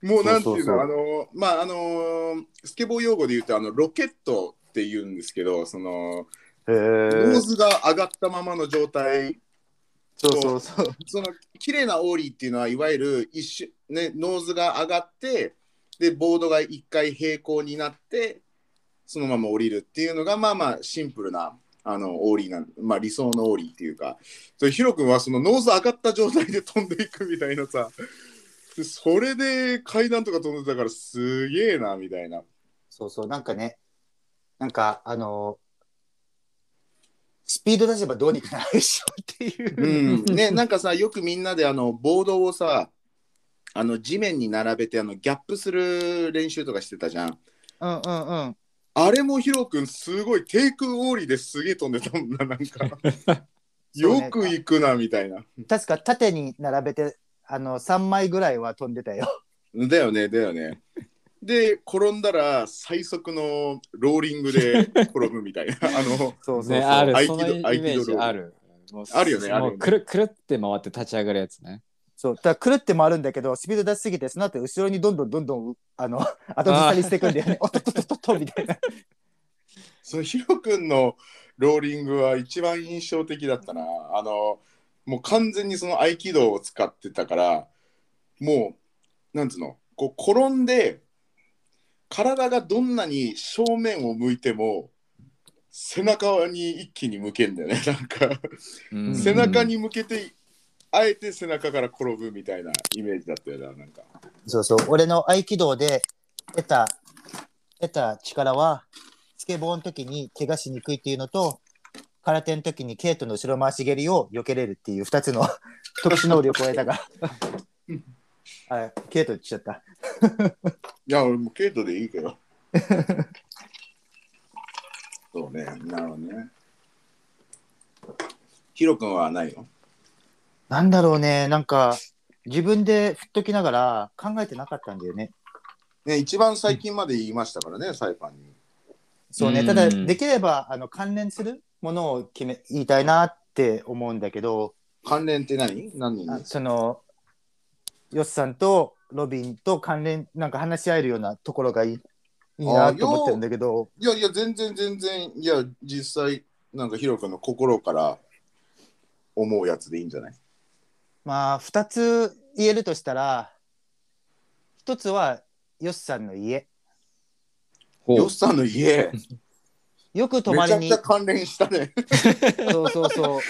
S1: もうなんていうの
S2: そうそうそう
S1: あのまああのスケボー用語で言うとあのロケットって言うんですけどその
S2: へ
S1: ノーズが上がったままの状態
S2: そうそうそう。
S1: その綺麗なオーリーっていうのはいわゆる一瞬ねノーズが上がってでボードが一回平行になってそのまま降りるっていうのがまあまあシンプルなあのオーリーなんまあ理想のオーリーっていうかそれヒロ君はそのノーズ上がった状態で飛んでいくみたいなさでそれで階段とか飛んでたからすげえなみたいな
S2: そうそう。なんかね、なんか、あのスピード出せばどうにかなるっしょっていう。
S1: うん、ね、なんかさ、よくみんなであのボードをさ、あの地面に並べてあのギャップする練習とかしてたじゃん。
S2: うんうんうん。
S1: あれもヒロ君すごいテイクオーリーですげえ飛んでたもんな、なんか。
S2: そうね
S1: よく行くな、みたいな。
S2: 確か縦に並べて、あの、3枚ぐらいは飛んでたよ。
S1: だよね、だよね。で、転んだら最速のローリングで転ぶみたいな。あの、
S2: そう
S3: ね、あ
S1: 合
S3: る。
S1: 気
S3: そ
S1: 道
S3: のイメージある。もう
S1: あるよねあるよね
S3: もうくるくるって回って立ち上がるやつね。
S2: そう、だから狂って回るんだけど、スピード出しすぎて、その後後ろにどんどんどんどん、あの、後ずさりしていくんだよ ね。おっとっとっとっとっとみたいな。
S1: そのヒロ君のローリングは一番印象的だったな。あのもう完全にその合気道を使ってたからもうなんつうのこう転んで体がどんなに正面を向いても背中に一気に向けんだよね なんか
S3: うん
S1: 背中。に向けてあえて背中から転ぶみたいなイメージだったよななんか
S2: そうそう、俺の合気道で得た、得た力は、スケボーの時に怪我しにくいっていうのと、空手の時にケイトの後ろ回し蹴りを避けれるっていう2つの 特殊能力を得たから。はい、ケイトって言っちゃった。
S1: いや、俺もケイトでいいけ ど。そうね、なるほどね。ヒロ君はないの
S2: なんだろうね、なんか、自分で振っときながら考えてなかったんだよね。
S1: ね、一番最近まで言いましたからね、サイパンに。
S2: そうね、ただ
S3: うん
S2: できればあの関連するものを決め言いたいなって思うんだけど、
S1: 関連って何何人
S2: あそのよっさんとロビンと関連なんか話し合えるようなところがいいいいなと思ってるんだけど
S1: いやいや、全然全然、いや、実際、なんかヒロ君の心から思うやつでいいんじゃない
S2: まあ2つ言えるとしたら1つはよっさんの家
S3: ほ
S1: よ
S3: う
S1: っさんの家、
S2: よく泊ま
S1: めちゃ
S2: り
S1: く
S2: に
S1: ちゃ関連した ね。
S2: そうそうそう
S1: がっ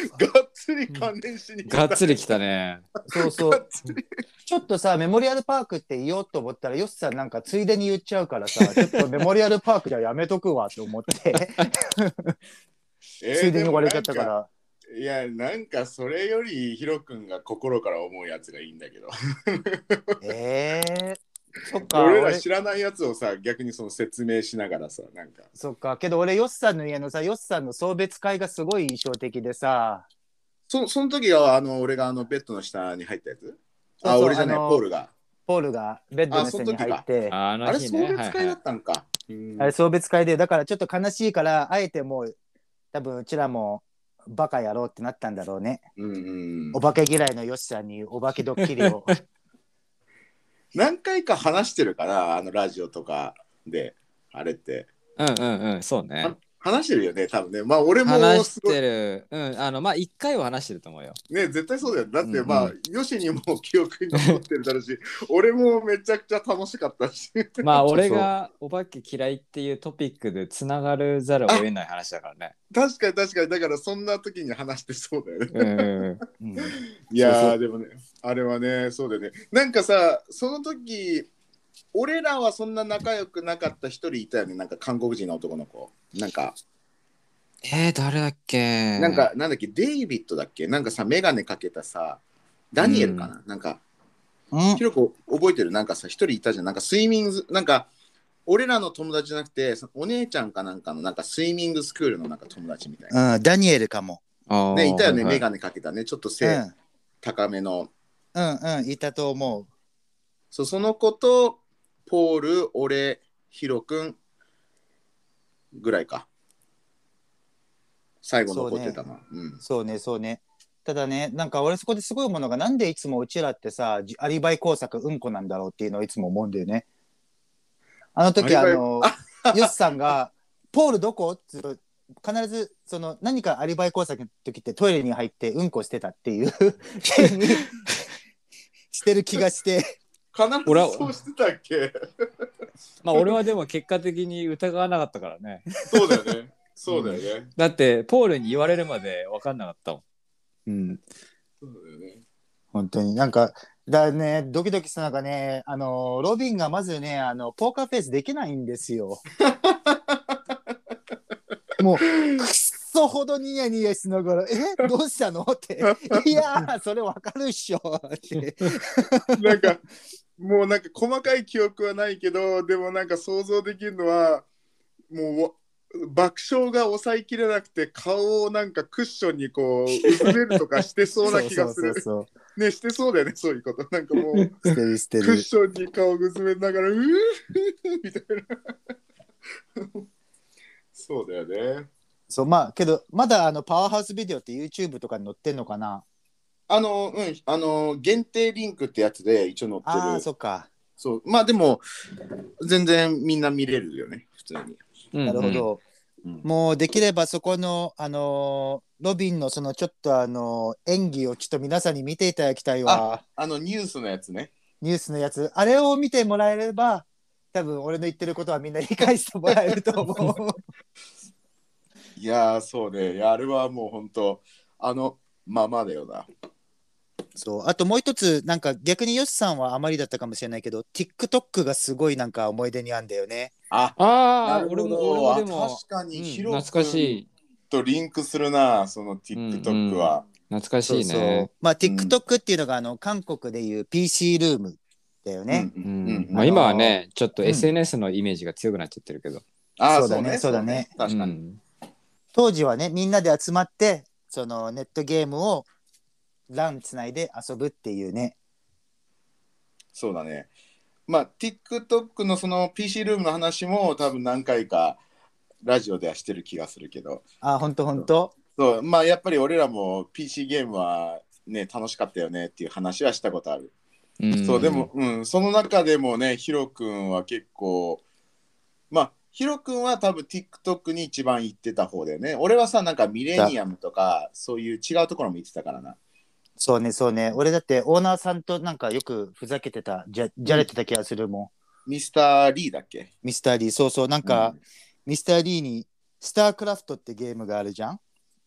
S1: つり関連しに来
S3: が
S1: た
S3: っつり来たね。
S2: そ うそ
S1: が
S2: う
S1: っつり
S2: ちょっとさメモリアルパークって言おうと思ったらよっさんなんかついでに言っちゃうからさちょっとメモリアルパークじゃやめとくわと思って
S1: えー
S2: ついでに終われちゃったか
S1: でも
S2: ら
S1: なんかいや、なんかそれよりヒロ君が心から思うやつがいいんだけど。
S2: えー、そっか
S1: 俺ら
S2: 俺
S1: 知らないやつをさ、逆にその説明しながらさ、なんか。
S2: そっかけど俺ヨッさんの家のさヨッさんの送別会がすごい印象的でさ
S1: そその時は、あの、俺があのベッドの下に入ったやつ
S2: そ
S1: あ、
S2: うそう
S1: 俺じゃない、
S2: あの
S1: ポールが。
S2: ポールがベッドの下に入ってあ
S3: あの
S1: あれ、
S3: 日
S1: 送
S3: ね。
S1: 別会だったんか。
S2: れ送別会でだからちょっと悲しいからあえてもう多分うちらもバカやろうってなったんだろうね
S1: うんうん
S2: お化け嫌いのヨッさんにお化けドッキリ を
S1: 何回か話してるから、あのラジオとかで、あれって。
S3: はいはいうんうんうん、そうね。
S1: 話してるよね、多分ね。まあ、俺も
S3: 話
S1: す
S3: し
S1: ごい
S3: てる。うん、あの、まあ、一回は話してると思うよ。
S1: ね、絶対そうだよ。だっ
S3: うん
S1: て、
S3: うん
S1: まあ、よしにも記憶に残ってるだろうし、俺もめちゃくちゃ楽しかったし。
S3: まあ、俺がお化け嫌いっていうトピックでつながるざるを得ない話だからね。
S1: 確かに確かに、だからそんな時に話してそうだよね。
S3: うんうん
S2: うん
S1: いやー、でもね、あれはね、そうだよね。なんかさ、その時、俺らはそんな仲良くなかった一人いたよね、なんか韓国人の男の子。なんか、
S3: えー、誰だっけ
S1: なんか、なんだっけ、デイビッドだっけなんかさ、メガネかけたさ、ダニエルかな、なんか、ひろこ覚えてるなんかさ、一人いたじゃん。なんかスイミング、なんか、俺らの友達じゃなくて、そお姉ちゃんかなんかの、なんかスイミングスクールのなんか友達みたいな。
S2: うん、ダニエルかも、
S3: あー
S1: ね、いたよね、
S3: は
S1: メ
S3: は
S1: ガネかけたね、ちょっと
S2: うん、う
S1: 背
S2: ん
S1: 高めの。
S2: うんいたと思う
S1: そうその子と、ポール、俺、ヒロくんぐらいか。最後残ってたのは。うん。
S2: そうねそうねただねなんか俺そこですごいものがなんでいつもうちらってさじアリバイ工作うんこなんだろうっていうのをいつも思うんだよねあの時
S1: ア
S2: あ
S1: リバイ
S2: のユスさんが「ポールどこ?」って言うと必ずその何かアリバイ工作の時ってトイレに入ってうんこしてたっ ていう変にしてる気がして
S1: 必ず
S3: 俺は
S1: そうしてたっけ
S3: まあ、俺はでも結果的に疑わなかったからね。
S1: そうだよね。そうだよね。
S3: だって、ポールに言われるまで分かんなかったもん。うん。
S1: そうだよね。
S2: 本当になんかだねドキドキした中ねあのロビンがまずねあのポーカーフェイスできないんで すよもうくっそほどニヤニヤしながら「えどうしたの?」 って「いやーそれわかるっしょ」って
S1: なんかもうなんか細かい記憶はないけどでもなんか想像できるのはもう爆笑が抑えきれなくて顔をなんかクッションにこううずめるとかしてそうな気がする
S2: そうそう
S1: ねしてそうだよねそういうことなんかもう
S2: そうしてるして
S1: クッ
S2: る
S1: ションに顔をうずめながらうーみたいなそうだよね
S2: そうまあけどまだあのパワーハウスビデオって YouTube とかに載ってんのかな
S1: あのうんあの限定リンクってやつで一応載って
S2: あー
S1: る
S2: そっか
S1: そうまあでも全然みんな見れるよね普通に
S3: な
S2: なるほ。ど、
S1: うん
S2: もうできればそこの、あのーロビンのそのちょっとあのー演技をちょっと皆さんに見ていただきたいわ
S1: あのニュースのやつね。
S2: ニュースのやつあれを見てもらえれば多分俺の言ってることはみんな理解してもらえると思う
S1: いやー、そうね。いやあれはもう本当、あのままだよな。
S2: そうあともう一つなんか逆にヨシさんはあまりだったかもしれないけど TikTok がすごいなんか思い出にあんだよね
S1: あ、
S3: あ
S1: な
S3: あ、
S1: る
S3: 俺
S1: ほ
S3: も、
S1: ど
S3: 俺もでも、
S1: 確かに、
S3: うん
S1: ヒロ
S3: 懐かし
S1: 君
S3: い。
S1: とリンクするな、その TikTok は。
S3: 懐かしい
S2: そうそう
S3: ね。
S2: まあ TikTok っていうのがあの韓国でいう PC ルームだよね、
S1: うん
S3: う
S1: うん
S3: ん
S1: うん
S3: ま
S2: あの
S3: あ、
S2: ー
S3: 今はね、ちょっと
S2: うん
S3: SNS のイメージが強くなっちゃってるけど。
S1: あー
S2: そうだねそうだね
S1: 確かに。
S3: に。
S2: 当時はねみんなで集まってそのネットゲームをランつないで遊ぶっていうね
S1: そうだね。まあ、TikTok のその PC ルームの話も多分何回かラジオではしてる気がするけど
S2: あ、本当本当。
S1: そうまあやっぱり俺らも PC ゲームはね楽しかったよねっていう話はしたことある、
S3: ん
S1: そうでも、うん、その中でもねヒロ君は結構まあヒロ君は多分 TikTok に一番行ってた方だよね俺はさなんかミレニアムとかそういう違うところも行ってたからな
S2: そうね、そうね。俺だってオーナーさんとなんかよくふざけてた、じゃじゃれてた気がするも
S1: ミスター・リーだっけ
S2: ん。ミスターリー、そうそう、なんか、ミスターリーに、スタークラフトってゲームがあるじゃん。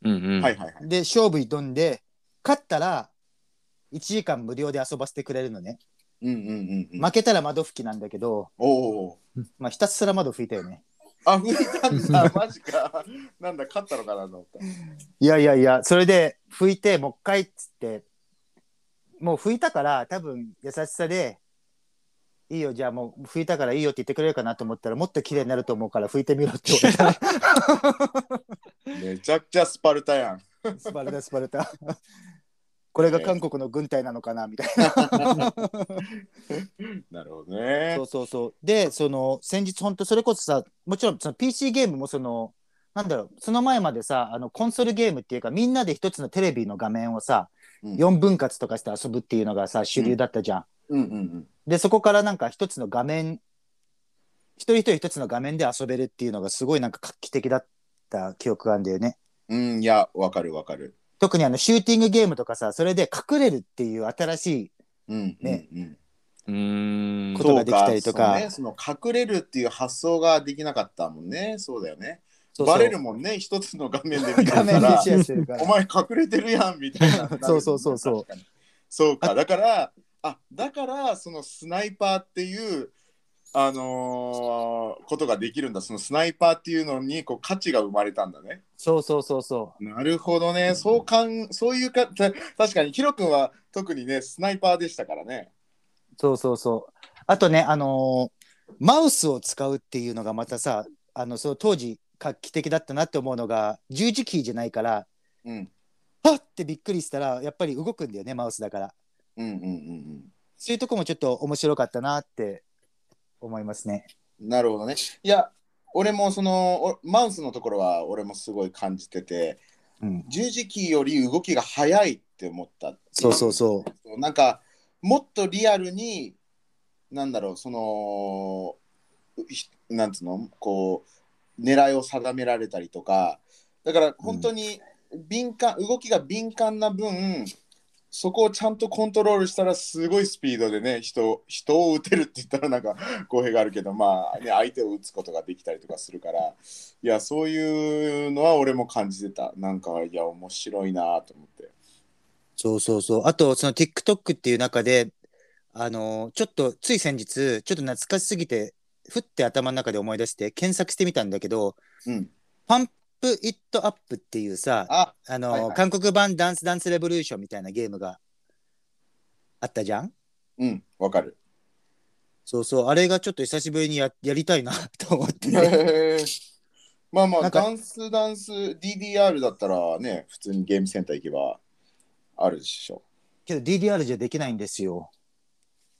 S3: うんう
S1: うん
S3: ん
S1: はいはいはい
S2: で、勝負挑んで、勝ったら、1時間無料で遊ばせてくれるのね。
S1: うんうんうんうん、
S2: 負けたら窓拭きなんだけど、
S1: おお
S2: まあ、ひたすら窓拭いたよね。
S1: あ、吹いたんだ、マジか。なんだ、勝ったのかなと思った。
S2: いやいやいや、それで拭いて、もう一回っつって、もう拭いたから、多分優しさで、いいよ、じゃあもう拭いたからいいよって言ってくれるかなと思ったら、もっと綺麗になると思うから拭いてみろって言われた。
S1: めちゃくちゃスパルタやん。
S2: スパルタ、スパルタ。これが韓国の軍隊なのかなみたいな。
S1: なるほどね
S2: そう。そうそう。で、その先日、本当それこそさ、もちろんその PC ゲームもその、なんだろう、その前までさ、あのコンソールゲームっていうか、みんなで一つのテレビの画面をさ、
S1: うん
S2: 4分割とかして遊ぶっていうのがさ、主流だったじゃん。
S1: うんうんうん。
S2: で、そこからなんか一つの画面、一人一人一つの画面で遊べるっていうのがすごいなんか画期的だった記憶があるんだよね。
S1: うん、いや、わかるわかる。
S2: 特にあのシューティングゲームとかさ、それで隠れるっていう新しい
S1: うん、
S2: ね
S1: うんうん。
S3: うーん
S2: ことができたりとか
S1: そうそうね、その隠れるっていう発想ができなかったもんね。そうだよね。
S2: そうそう
S1: バレるもんね、一つの画面で見てる
S2: 画
S1: か
S2: 面で
S1: ら。
S2: シェアしてるから
S1: お。前隠れてるやんみたいな。
S2: そうそうそうそう
S1: 確かに。そうか、だから、あだから、そのスナイパーっていう、あのーことができるんだ、そのスナイパーっていうのにこう価値が生まれたんだね。
S2: そうそうそうそ
S1: なるほどね、そうかん、そういうか、た確かに、ヒロ君は特にね、スナイパーでしたからね。
S2: う。そうそうそう。あとね、あのーマウスを使うっていうのがまたさ、あの、その当時画期的だったなって思うのが、十字キーじゃないから、
S1: うん、
S2: はっってびっくりしたら、やっぱり動くんだよね、マウスだから。
S1: うん、うん、うん
S2: そういうとこもちょっと面白かったなって思いますね。
S1: うん。なるほどね。いや、俺もその、おマウスのところは俺もすごい感じてて、
S2: うん、
S1: 十字キーより動きが速いって思ったってい
S2: そうそうそう。
S1: そうなんかもっとリアルになんだろうそのひなんつうのこう狙いを定められたりとかだから本当に敏感、動きが敏感な分そこをちゃんとコントロールしたらすごいスピードでね人人を打てるって言ったらなんか語弊があるけどまあ、ね、相手を打つことができたりとかするからいやそういうのは俺も感じてたなんかいや面白いなと思って。
S2: そうそうそう。あと、その TikTok っていう中で、あのーちょっとつい先日、ちょっと懐かしすぎて、ふって頭の中で思い出して検索してみたんだけど、
S1: うん、
S2: パンプ・イット・アップっていうさ、あ、
S1: あ
S2: のー
S1: はいはい
S2: 韓国版ダンス・ダンス・レボリューションみたいなゲームがあったじゃん
S1: うんわかる。
S2: そうそう、あれがちょっと久しぶりにややりたいなと思って、
S1: へー まあま
S2: な
S1: あ、
S2: んか
S1: ダンスダンス DDR だったらね、普通にゲームセンター行けばあるでしょ。
S2: けど DDR じゃできないんですよ。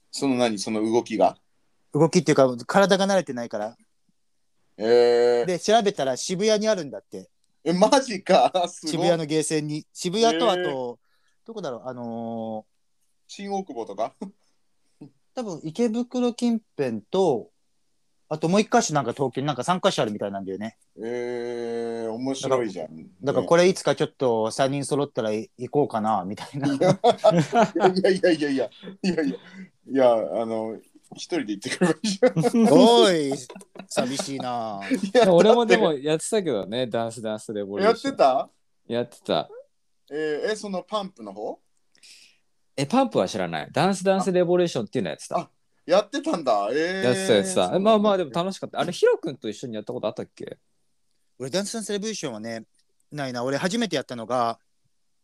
S1: その何、その動きが。
S2: 動きっていうか体が慣れてないから
S1: えー、
S2: で調べたら渋谷にあるんだって
S1: え、マジか。す
S2: 渋
S1: ご
S2: 谷
S1: い。
S2: のゲーセンに渋谷とあと、
S1: へえ
S2: どこだろうあの
S1: 新大久保とか。
S2: ー多分池袋近辺とあともう一箇所なんか東京になんか3箇所あるみたいなんだよね
S1: えー、面白いじゃん。
S2: だからこれいつかちょっと3人揃ったらい行こうかなみたいな
S1: ね いやいやいやいやいやいやいや、あの、一人で行ってくればいいじゃん。
S2: おい寂しいなぁ
S1: いや
S3: 俺もで
S1: だっ
S3: もやってたけどね、ダンスダンスレボ
S1: て
S3: リュ
S1: や
S3: ー
S1: っ
S3: ショ
S1: て
S3: ン。
S1: た
S3: やってた。
S1: えーえ、そのパンプの方
S3: え、パンプは知らない。ダンスダンスレボリューションっていうのやってた。
S1: あやってたんだ。えー、
S3: やってたやってた。え
S1: そうなんだ
S3: まあまあでも楽しかった。あれ、ヒロ君と一緒にやったことあったっけ
S2: 俺ダンスダンスレボリューションはねないな俺初めてやったのが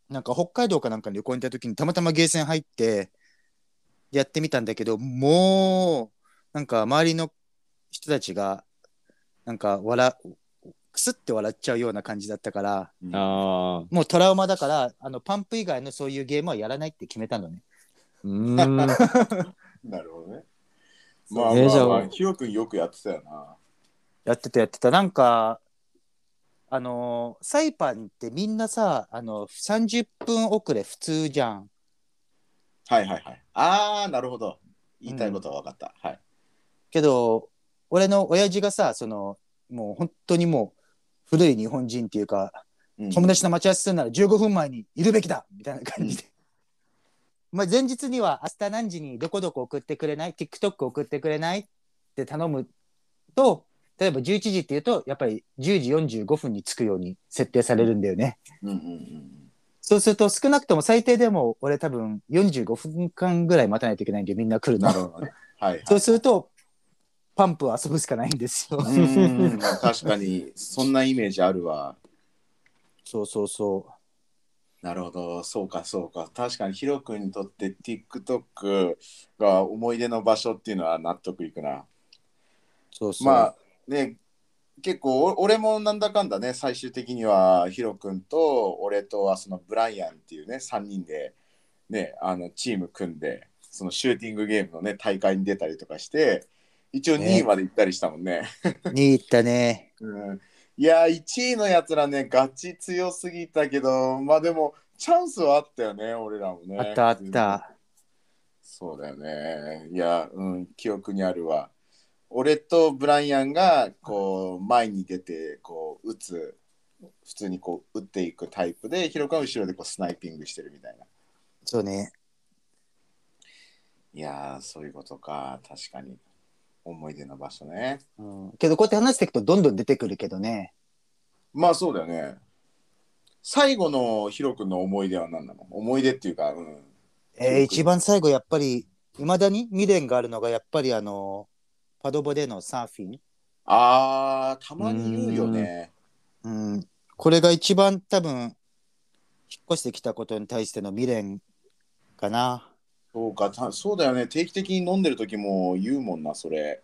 S2: なんか北海道かなんかに旅行に行った時にたまたまゲーセン入ってやってみたんだけどもうなんか周りの人たちがなんか笑くすって笑っちゃうような感じだったから
S1: うん
S3: ああ。
S2: もうトラウマだからあのパンプ以外のそういうゲームはやらないって決めたのね
S3: うーん。
S1: なるほどね。
S3: そう
S1: まあ
S3: えー
S1: ま
S3: じゃ
S1: あ、
S3: あ
S1: まあ、ひよくんよくやってたよな。
S2: やってたやってたなんかあのーサイパンってみんなさあの30分遅れ普通じゃん
S1: はいはいはい。ああ、なるほど。言いたいことは分かった。はい。
S2: けど俺の親父がさそのもう本当にもう古い日本人っていうか
S1: うん
S2: 友達と待ち合わせするなら15分前にいるべきだみたいな感じで。まあ前日には明日何時にどこどこ送ってくれない ?TikTok 送ってくれないって頼むと、例えば11時っていうと、やっぱり10時45分に着くように設定されるんだよね。
S1: うんうんうん
S2: そうすると少なくとも最低でも俺多分45分間ぐらい待たないといけないんでみんな来る
S1: な
S2: の。
S1: るほどね。はい、
S2: そうすると、パンプは遊ぶしかないんですよ。
S1: うーんまあ 確かに、そんなイメージあるわ。
S2: そうそうそ
S1: なるほど、そうかそうか。確かにヒロ君にとって TikTok が思い出の場所っていうのは納得いくな。
S2: う。 そうそう。
S1: まあね、結構お俺もなんだかんだね、最終的にはヒロ君と俺とはそのブライアンっていうね、3人でね、あのチーム組んで、そのシューティングゲームのね、大会に出たりとかして、一応2位まで行ったりしたもんね。
S2: に行ったね。
S1: うんいやー、1位のやつらね、ガチ強すぎたけど、まあでも、チャンスはあったよね、俺らもね。
S2: あったあった。
S1: そうだよね。いや、うん、記憶にあるわ。俺とブライアンが、こう、前に出て、こう、打つ、普通にこう、打っていくタイプで、ヒロカは後ろでこう、スナイピングしてるみたいな。
S2: そうね。
S1: いやー、そういうことか。確かに。思い出の場所ね。
S2: うんけどこうやって話していくとどんどん出てくるけどね
S1: まあそうだよね。最後のヒロ君の思い出は何なの思い出っていうか、うん。
S2: えー一番最後やっぱりいまだに未練があるのがやっぱりあのパドボでのサーフィン、
S1: あー、たまに言うよね。
S2: うん、これが一番多分引っ越してきたことに対しての未練かな
S1: そうかた、そうだよね。定期的に飲んでる時も言うもんな、それ。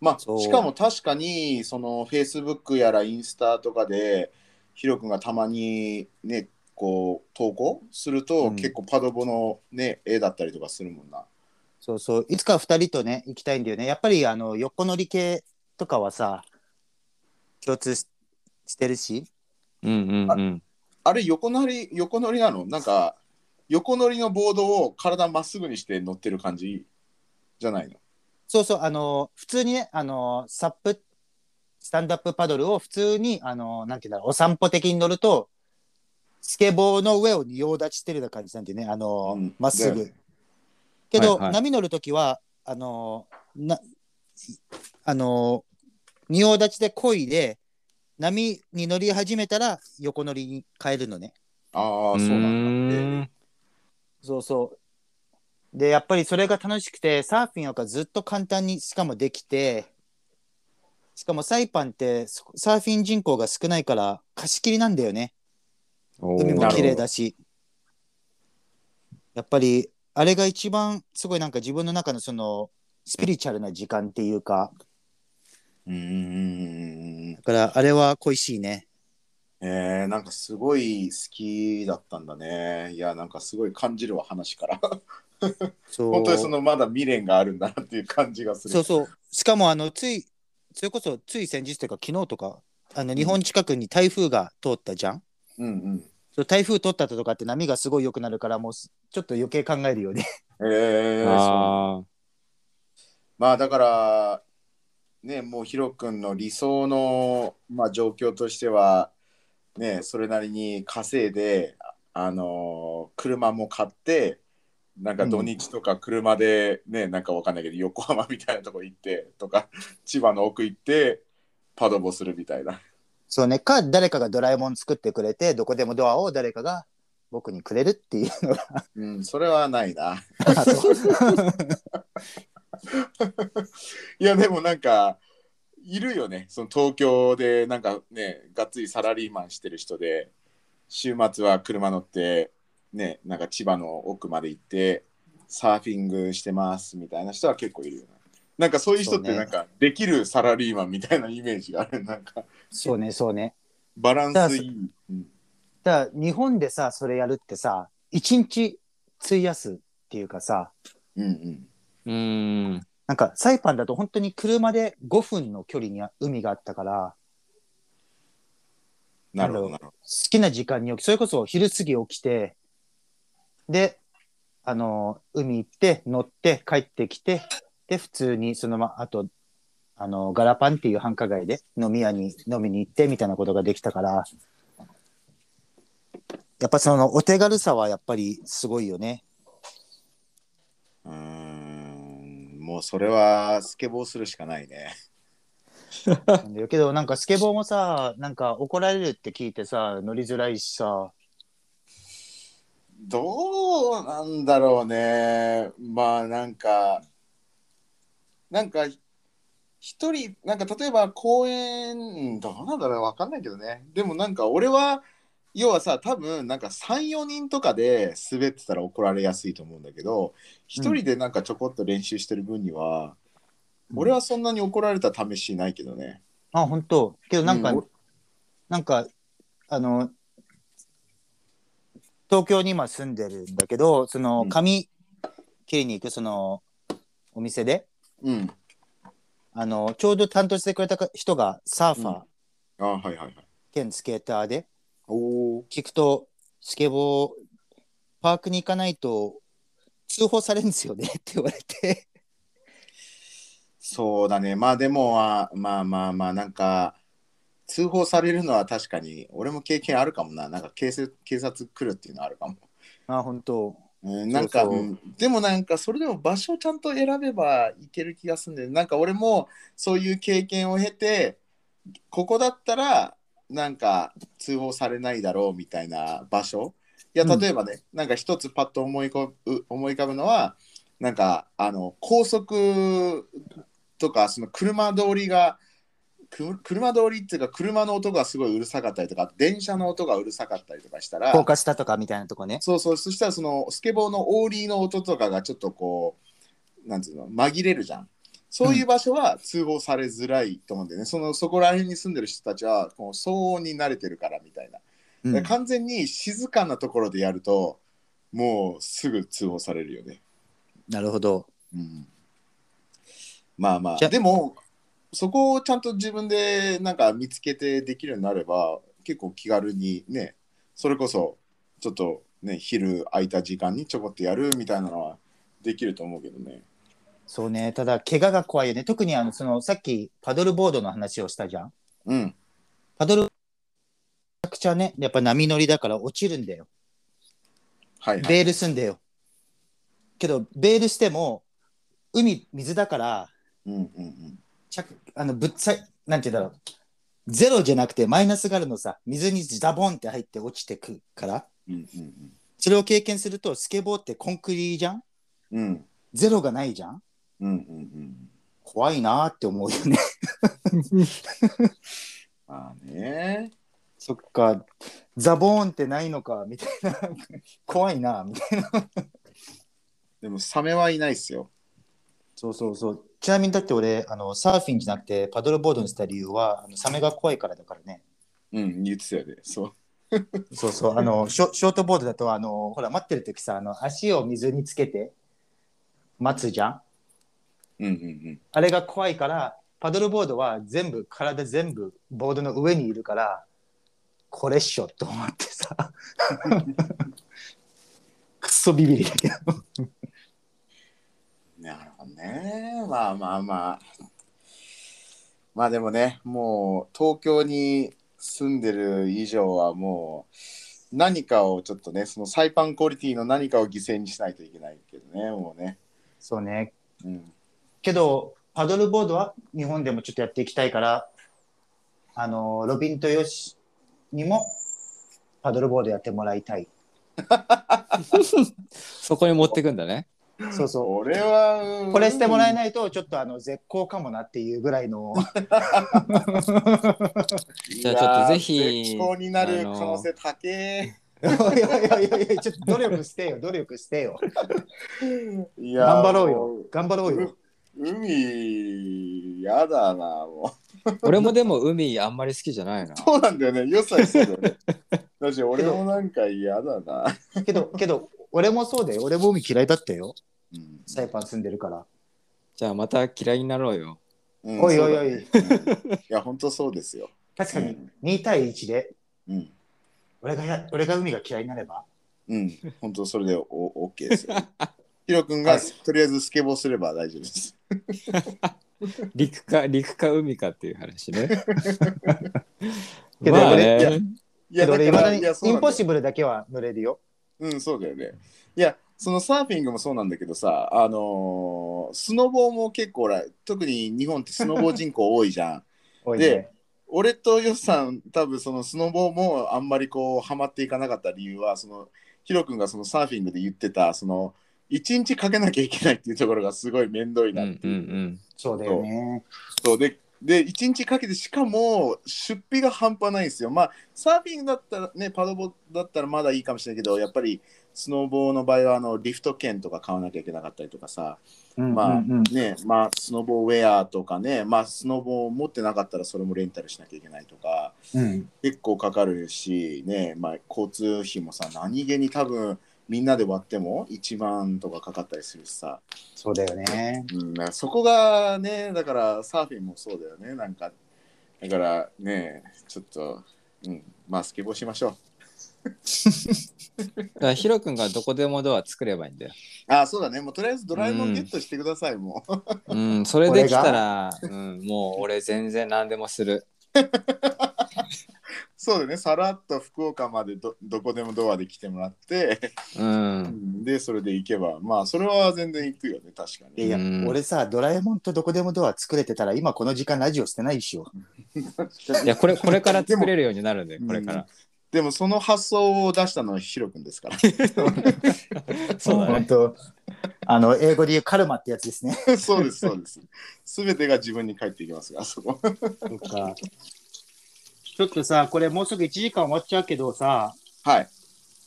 S1: まあ、
S2: そう
S1: しかも確かに、その、Facebook やらインスタとかで、ヒロ君がたまにね、こう、投稿すると、
S2: うん
S1: 結構パドボのね、絵だったりとかするもんな。
S2: そうそういつか二人とね行きたいんだよねやっぱりあの横乗り系とかはさ共通ししてるし
S3: うんうんうん。
S1: あれ横乗り横乗りなのなんか横乗りのボードを体まっすぐにして乗ってる感じじゃないの
S2: そうそう、あの普通にね、あのサップ、スタンドアップパドルを普通に、あのなんていうんだろう、お散歩的に乗ると、スケボーの上を仁王立ちしてるような感じなんでね、あの
S1: うん
S2: まっすぐ
S1: で。
S2: けど、
S3: はいはい
S2: 波乗るときは、あのな、あの仁王立ちで漕いで、波に乗り始めたら横乗りに変えるのね。
S1: ああそうなんだ
S3: う
S1: え
S3: ーん
S2: そうそう。で、やっぱりそれが楽しくて、サーフィンなんかずっと簡単にしかもできて、しかもサイパンってそサーフィン人口が少ないから貸し切りなんだよね。海も綺麗だし。やっぱりあれが一番すごいなんか自分の中のそのスピリチュアルな時間っていうか、
S1: うーん
S2: だからあれは恋しいね。
S1: えー、なんかすごい好きだったんだねいやなんかすごい感じるわ話から
S2: そう
S1: 本当にそのまだ未練があるんだなっていう感じがする
S2: そうそう。しかもあのつい、それこそつい先日というか昨日とか、あの日本近くに台風が通ったじゃん。
S1: うん
S2: そう台風取った後とかって波がすごい良くなるからもうすちょっと余計考えるよね
S1: うんえー、そう
S3: あ
S1: まあだからねもうヒロ君の理想の、まあ、状況としてはねそれなりに稼いでああのー車も買ってなんか土日とか車でね、なんかわかんないけど横浜みたいなとこ行ってとか千葉の奥行ってパドボするみたいな
S2: そうねか誰かがドラえもん作ってくれてどこでもドアを誰かが僕にくれるっていうのが
S1: うんそれはないな
S2: あそう
S1: いやでもなんかいるよねその東京でなんかねがっつりサラリーマンしてる人で週末は車乗ってねなんか千葉の奥まで行ってサーフィングしてますみたいな人は結構いるよねなんかそういう人っ
S2: そ
S1: て
S2: うね
S1: なんかできるサラリーマンみたいなイメージがあるなんか
S2: そうねそうね
S1: バランスいい、うん
S2: だから日本でさそれやるってさ一日費やすっていうかさ
S1: うんうん
S3: ーうーん。
S2: なんかサイパンだと本当に車で5分の距離に海があったから
S1: なるほど、なるほ
S2: 好きな時間に起き、それこそ昼過ぎ起きて、で、あの、海行って、乗って、帰ってきて、で、普通にそのまま、あと、あの、ガラパンっていう繁華街で飲み屋に飲みに行ってみたいなことができたから、やっぱそのお手軽さはやっぱりすごいよね。
S1: ど。うーん、もうそれはスケボーするしかないね。
S2: なんだよけど、なんかスケボーもさ、なんか怒られるって聞いてさ、乗りづらいしさ、
S1: どうなんだろうね。まあなんか、なんか、一人、なんか例えば公園、どうなんだろうわかんないけどね。でもなんか俺は、要はさ、多分なんか3、4人とかで滑ってたら怒られやすいと思うんだけど、一人でなんかちょこっと練習してる分には、俺はそんなに怒られた試しないけどね。
S2: あ、本当。けどなんか、
S1: うんお
S2: なんか、あの、東京に今住んでるんだけど、その
S1: うん
S2: 髪切りに行くそのお店で、
S1: うん。
S2: あの、ちょうど担当してくれたか人がサーファ
S1: う
S2: ー
S1: んあはいはいはい。
S2: 兼スケーターで、
S1: おお。
S2: 聞くとスケボーパークに行かないと通報されるんですよねって言われて。
S1: そうだね。まあでもあ、まあまあまあ、なんか、通報されるのは確かに、俺も経験あるかもな。なんか警察、警察来るっていうのはあるかも。
S2: あ、本当。
S1: うん、なんか
S2: そうそう
S1: うんでもなんか、それでも場所をちゃんと選べばいける気がするんだよね。なんか俺もそういう経験を経て、ここだったら、なんか通報されないだろうみたいな場所。いや、
S2: うん
S1: 例えばね、なんか一つパッと思いこう思い浮かぶのは、なんかあの高速とかその車通りがく車通りっていうか車の音がすごいうるさかったりとか電車の音がうるさかったりとかしたら
S2: 高架下とかみたいなとこね。
S1: そうそうそしたらそのスケボーのオーリーの音とかがちょっとこうなんつうの紛れるじゃんそういう場所は通報されづらいと思うんだよね、そのそこら辺に住んでる人たちはこう騒音に慣れてるからみたいな、
S2: うん
S1: だから完全に静かなところでやるともうすぐ通報されるよね
S2: なるほど。
S1: うんまあま
S2: じ
S1: あ
S2: ゃ
S1: でもそこをちゃんと自分でなんか見つけてできるようになれば結構気軽にねそれこそちょっとね昼空いた時間にちょこっとやるみたいなのはできると思うけどね
S2: そうね。ただ怪我が怖いよね。特にあのそのさっきパドルボードの話をしたじゃん。
S1: うん
S2: パドルめちゃくちゃね、やっぱ波乗りだから落ちるんだよ。
S1: はいはい
S2: ベールすんだよ。けどベールしても海水だから
S1: うんうんうん
S2: 着あのぶっさいなんて言うんだろうゼロじゃなくてマイナスがあるのさ水にダボンって入って落ちてくから
S1: うんうん
S2: それを経験するとスケボーってコンクリじゃん
S1: うんうん
S2: ゼロがないじゃん
S1: うんうんうん
S2: 怖いなーって思うよね
S1: まあね
S2: そっかザボーンってないのかみたいな怖いなーみたいな
S1: でもサメはいないっすよ
S2: そうそうそうちなみにだって俺あのサーフィンじゃなくてパドルボードにした理由はあのサメが怖いからだからね
S1: うん言ってたよねそう
S2: そうそう、あの、ショショートボードだと、あの、ほら、待ってる時さ、あの、足を水につけて。待つじゃん。
S1: うんうん
S2: あれが怖いから、パドルボードは全部、体全部、ボードの上にいるから。これっしょと思ってさ。 くそビビりだけど。
S1: うんなるほどねまあまあまあまあでもね、もう東京に住んでる以上はもう何かをちょっとね、そのサイパンクオリティの何かを犠牲にしないといけないけどね、もうね。
S2: そうね。
S1: うん、
S2: けど、パドルボードは日本でもちょっとやっていきたいから。あの、ロビンとヨシにも。パドルボードやってもらいたい。
S3: そこに持ってくんだね。
S2: そうそう。
S1: 俺は、うん
S2: これしてもらえないとちょっとあの絶好かもなっていうぐらいの
S1: い
S3: じゃあちょっとぜひ
S1: やー絶好になる可能性高え。
S2: いやいやいやいやちょっと努力してよ努力してよ
S1: いやー
S2: 頑張ろう
S1: も
S2: よ頑張ろうよ
S1: 海、やだな、もう。
S3: 俺もでも海あんまり好きじゃないな。
S1: そうなんだよね、良さそうだよ ね。だし、俺もなんか嫌だな。
S2: けどけど俺もそうだよ俺も海嫌いだったよ
S1: うん
S2: サイパン住んでるから
S3: じゃあまた嫌いになろうよ。
S1: うん
S2: おいおいおい
S1: そうだねうんいや、本当そうですよ。
S2: 確か
S1: う
S2: に
S1: ん
S2: 2対1で
S1: うん。
S2: 俺がや俺が海が嫌いになれば
S1: うん。本当それでおオッケー ですよ。ヒロ君が、
S2: はい
S1: とりあえずスケボーすれば大丈夫です。
S3: 陸か陸か海かっていう話ね。
S2: けど
S3: まあ
S1: 俺いや
S3: ね、
S1: い
S2: けど俺いまだにイン
S1: そうなんだ
S2: ポッ
S1: よ
S2: シブルだけは乗れるよ
S1: うん、そうだよね。いや、そのサーフィングもそうなんだけどさ、あのースノボーも結構ら、特に日本ってスノボー人口多いじゃん。
S2: おい
S1: で
S2: ね
S1: 俺とヨシさん、多分そのスノボーもあんまりこう、ハマっていかなかった理由は、その、ヒロ君がそのサーフィングで言ってた、その、一日かけなきゃいけないっていうところがすごい面倒いうなっ
S3: ん
S1: て
S3: う
S1: い
S3: んう
S1: う。
S3: ん。
S2: そうだよね
S1: そうでで1日かけてしかも出費が半端ないんですよ。まあサーフィングだったらねパドボだったらまだいいかもしれないけどやっぱりスノーボーの場合はあのリフト券とか買わなきゃいけなかったりとかさ、まあ
S2: うんうんうん
S1: ねまあ、スノボーウェアとかね、まあ、スノボー持ってなかったらそれもレンタルしなきゃいけないとか
S2: うん
S1: 結構かかるし、ねまあ、交通費もさ何気に多分みんなで割っても1万とかかかったりするしさ。
S2: そうだよね
S1: うん、だからそこがねだからサーフィンもそうだよねなんかだからねちょっと、うん、まあスケボーしましょう
S3: だからヒロ君がどこでもドア作ればいいんだよ。
S1: あそうだねもうとりあえずドラえもんゲットしてください、もう
S3: うん、それできたら、うん、もう俺全然何でもする。
S1: そうだねさらっと福岡までどどこでもドアで来てもらって、
S3: う。
S1: うんん、でそれで行けばまあそれは全然行くよね確か
S2: いやい
S1: に
S2: や、
S3: うん
S2: 俺さドラえもんとどこでもドア作れてたら今この時間ラジオしてないっしょ
S3: いや、これ、これから作れるようになるんで、これから。
S1: でもその発想を出したのはヒロ君ですから
S3: そうだ
S2: 本
S3: ね。
S2: 当あの英語で言うカルマってやつですね。
S1: そうですそうです全てが自分に返っていきますがそこ
S2: ちょっとさこれもうすぐ1時間終わっちゃうけどさ
S1: はい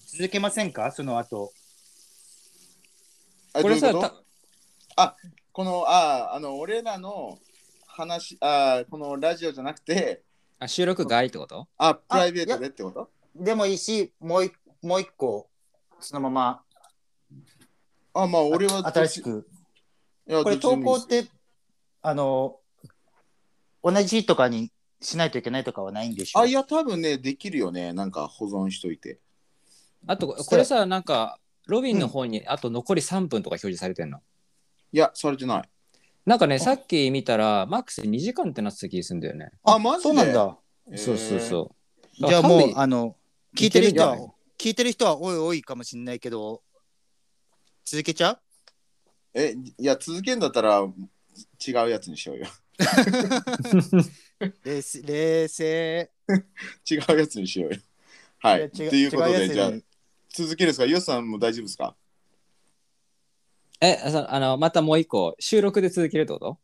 S2: 続けませんかその後
S1: あ
S3: これさ、
S1: どういうと
S3: た
S1: このあーあの俺らの話あーこのラジオじゃなくて
S3: あ収録外ってこと
S1: あプライベートでってこと
S2: でもいいしもういもう一個そのまま
S1: あまあ俺は
S2: 新しく
S1: いや
S2: これ
S1: どっち
S2: 投
S1: でも
S2: 稿
S1: いい
S2: っ
S1: です
S2: てあの同じ日とかにしないといけないとかはないんでしょ
S1: あいや多分ねできるよねなんか保存しといて
S3: あと、これさ、なんか、ロビンの方に、あと残り3分とか表示されてんの。
S1: いやされてない
S3: なんかね、さっき見たら、マックス2時間ってなってた気がするんだよね。
S1: あマジで
S2: そうなんだ
S3: そうそうそう。
S2: じゃあもう
S3: あ
S2: あの聞いてる人は聞いてる人はおいおいかもしれないけど続けちゃう
S1: えいや続けんだったら違うやつにしよう よ
S2: 冷静冷静
S1: 違うやつにしようよはいと
S2: や違
S1: いうこと
S2: 違
S1: で
S2: やつ
S1: じゃあ
S2: に
S1: 続けるんですかヨシさんも大丈夫ですか
S3: えそあの、またもう一個、収録で続けるってこと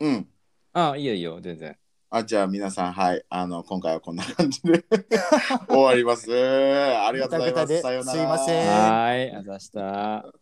S1: うん
S3: ああ、いいよいいよ、全然。
S1: あじゃあ皆さんはいあの今回はこんな感じで 終わりますありがとうございま
S2: ぐたぐたです
S1: さようなら
S2: すいません
S3: はーい、あざした。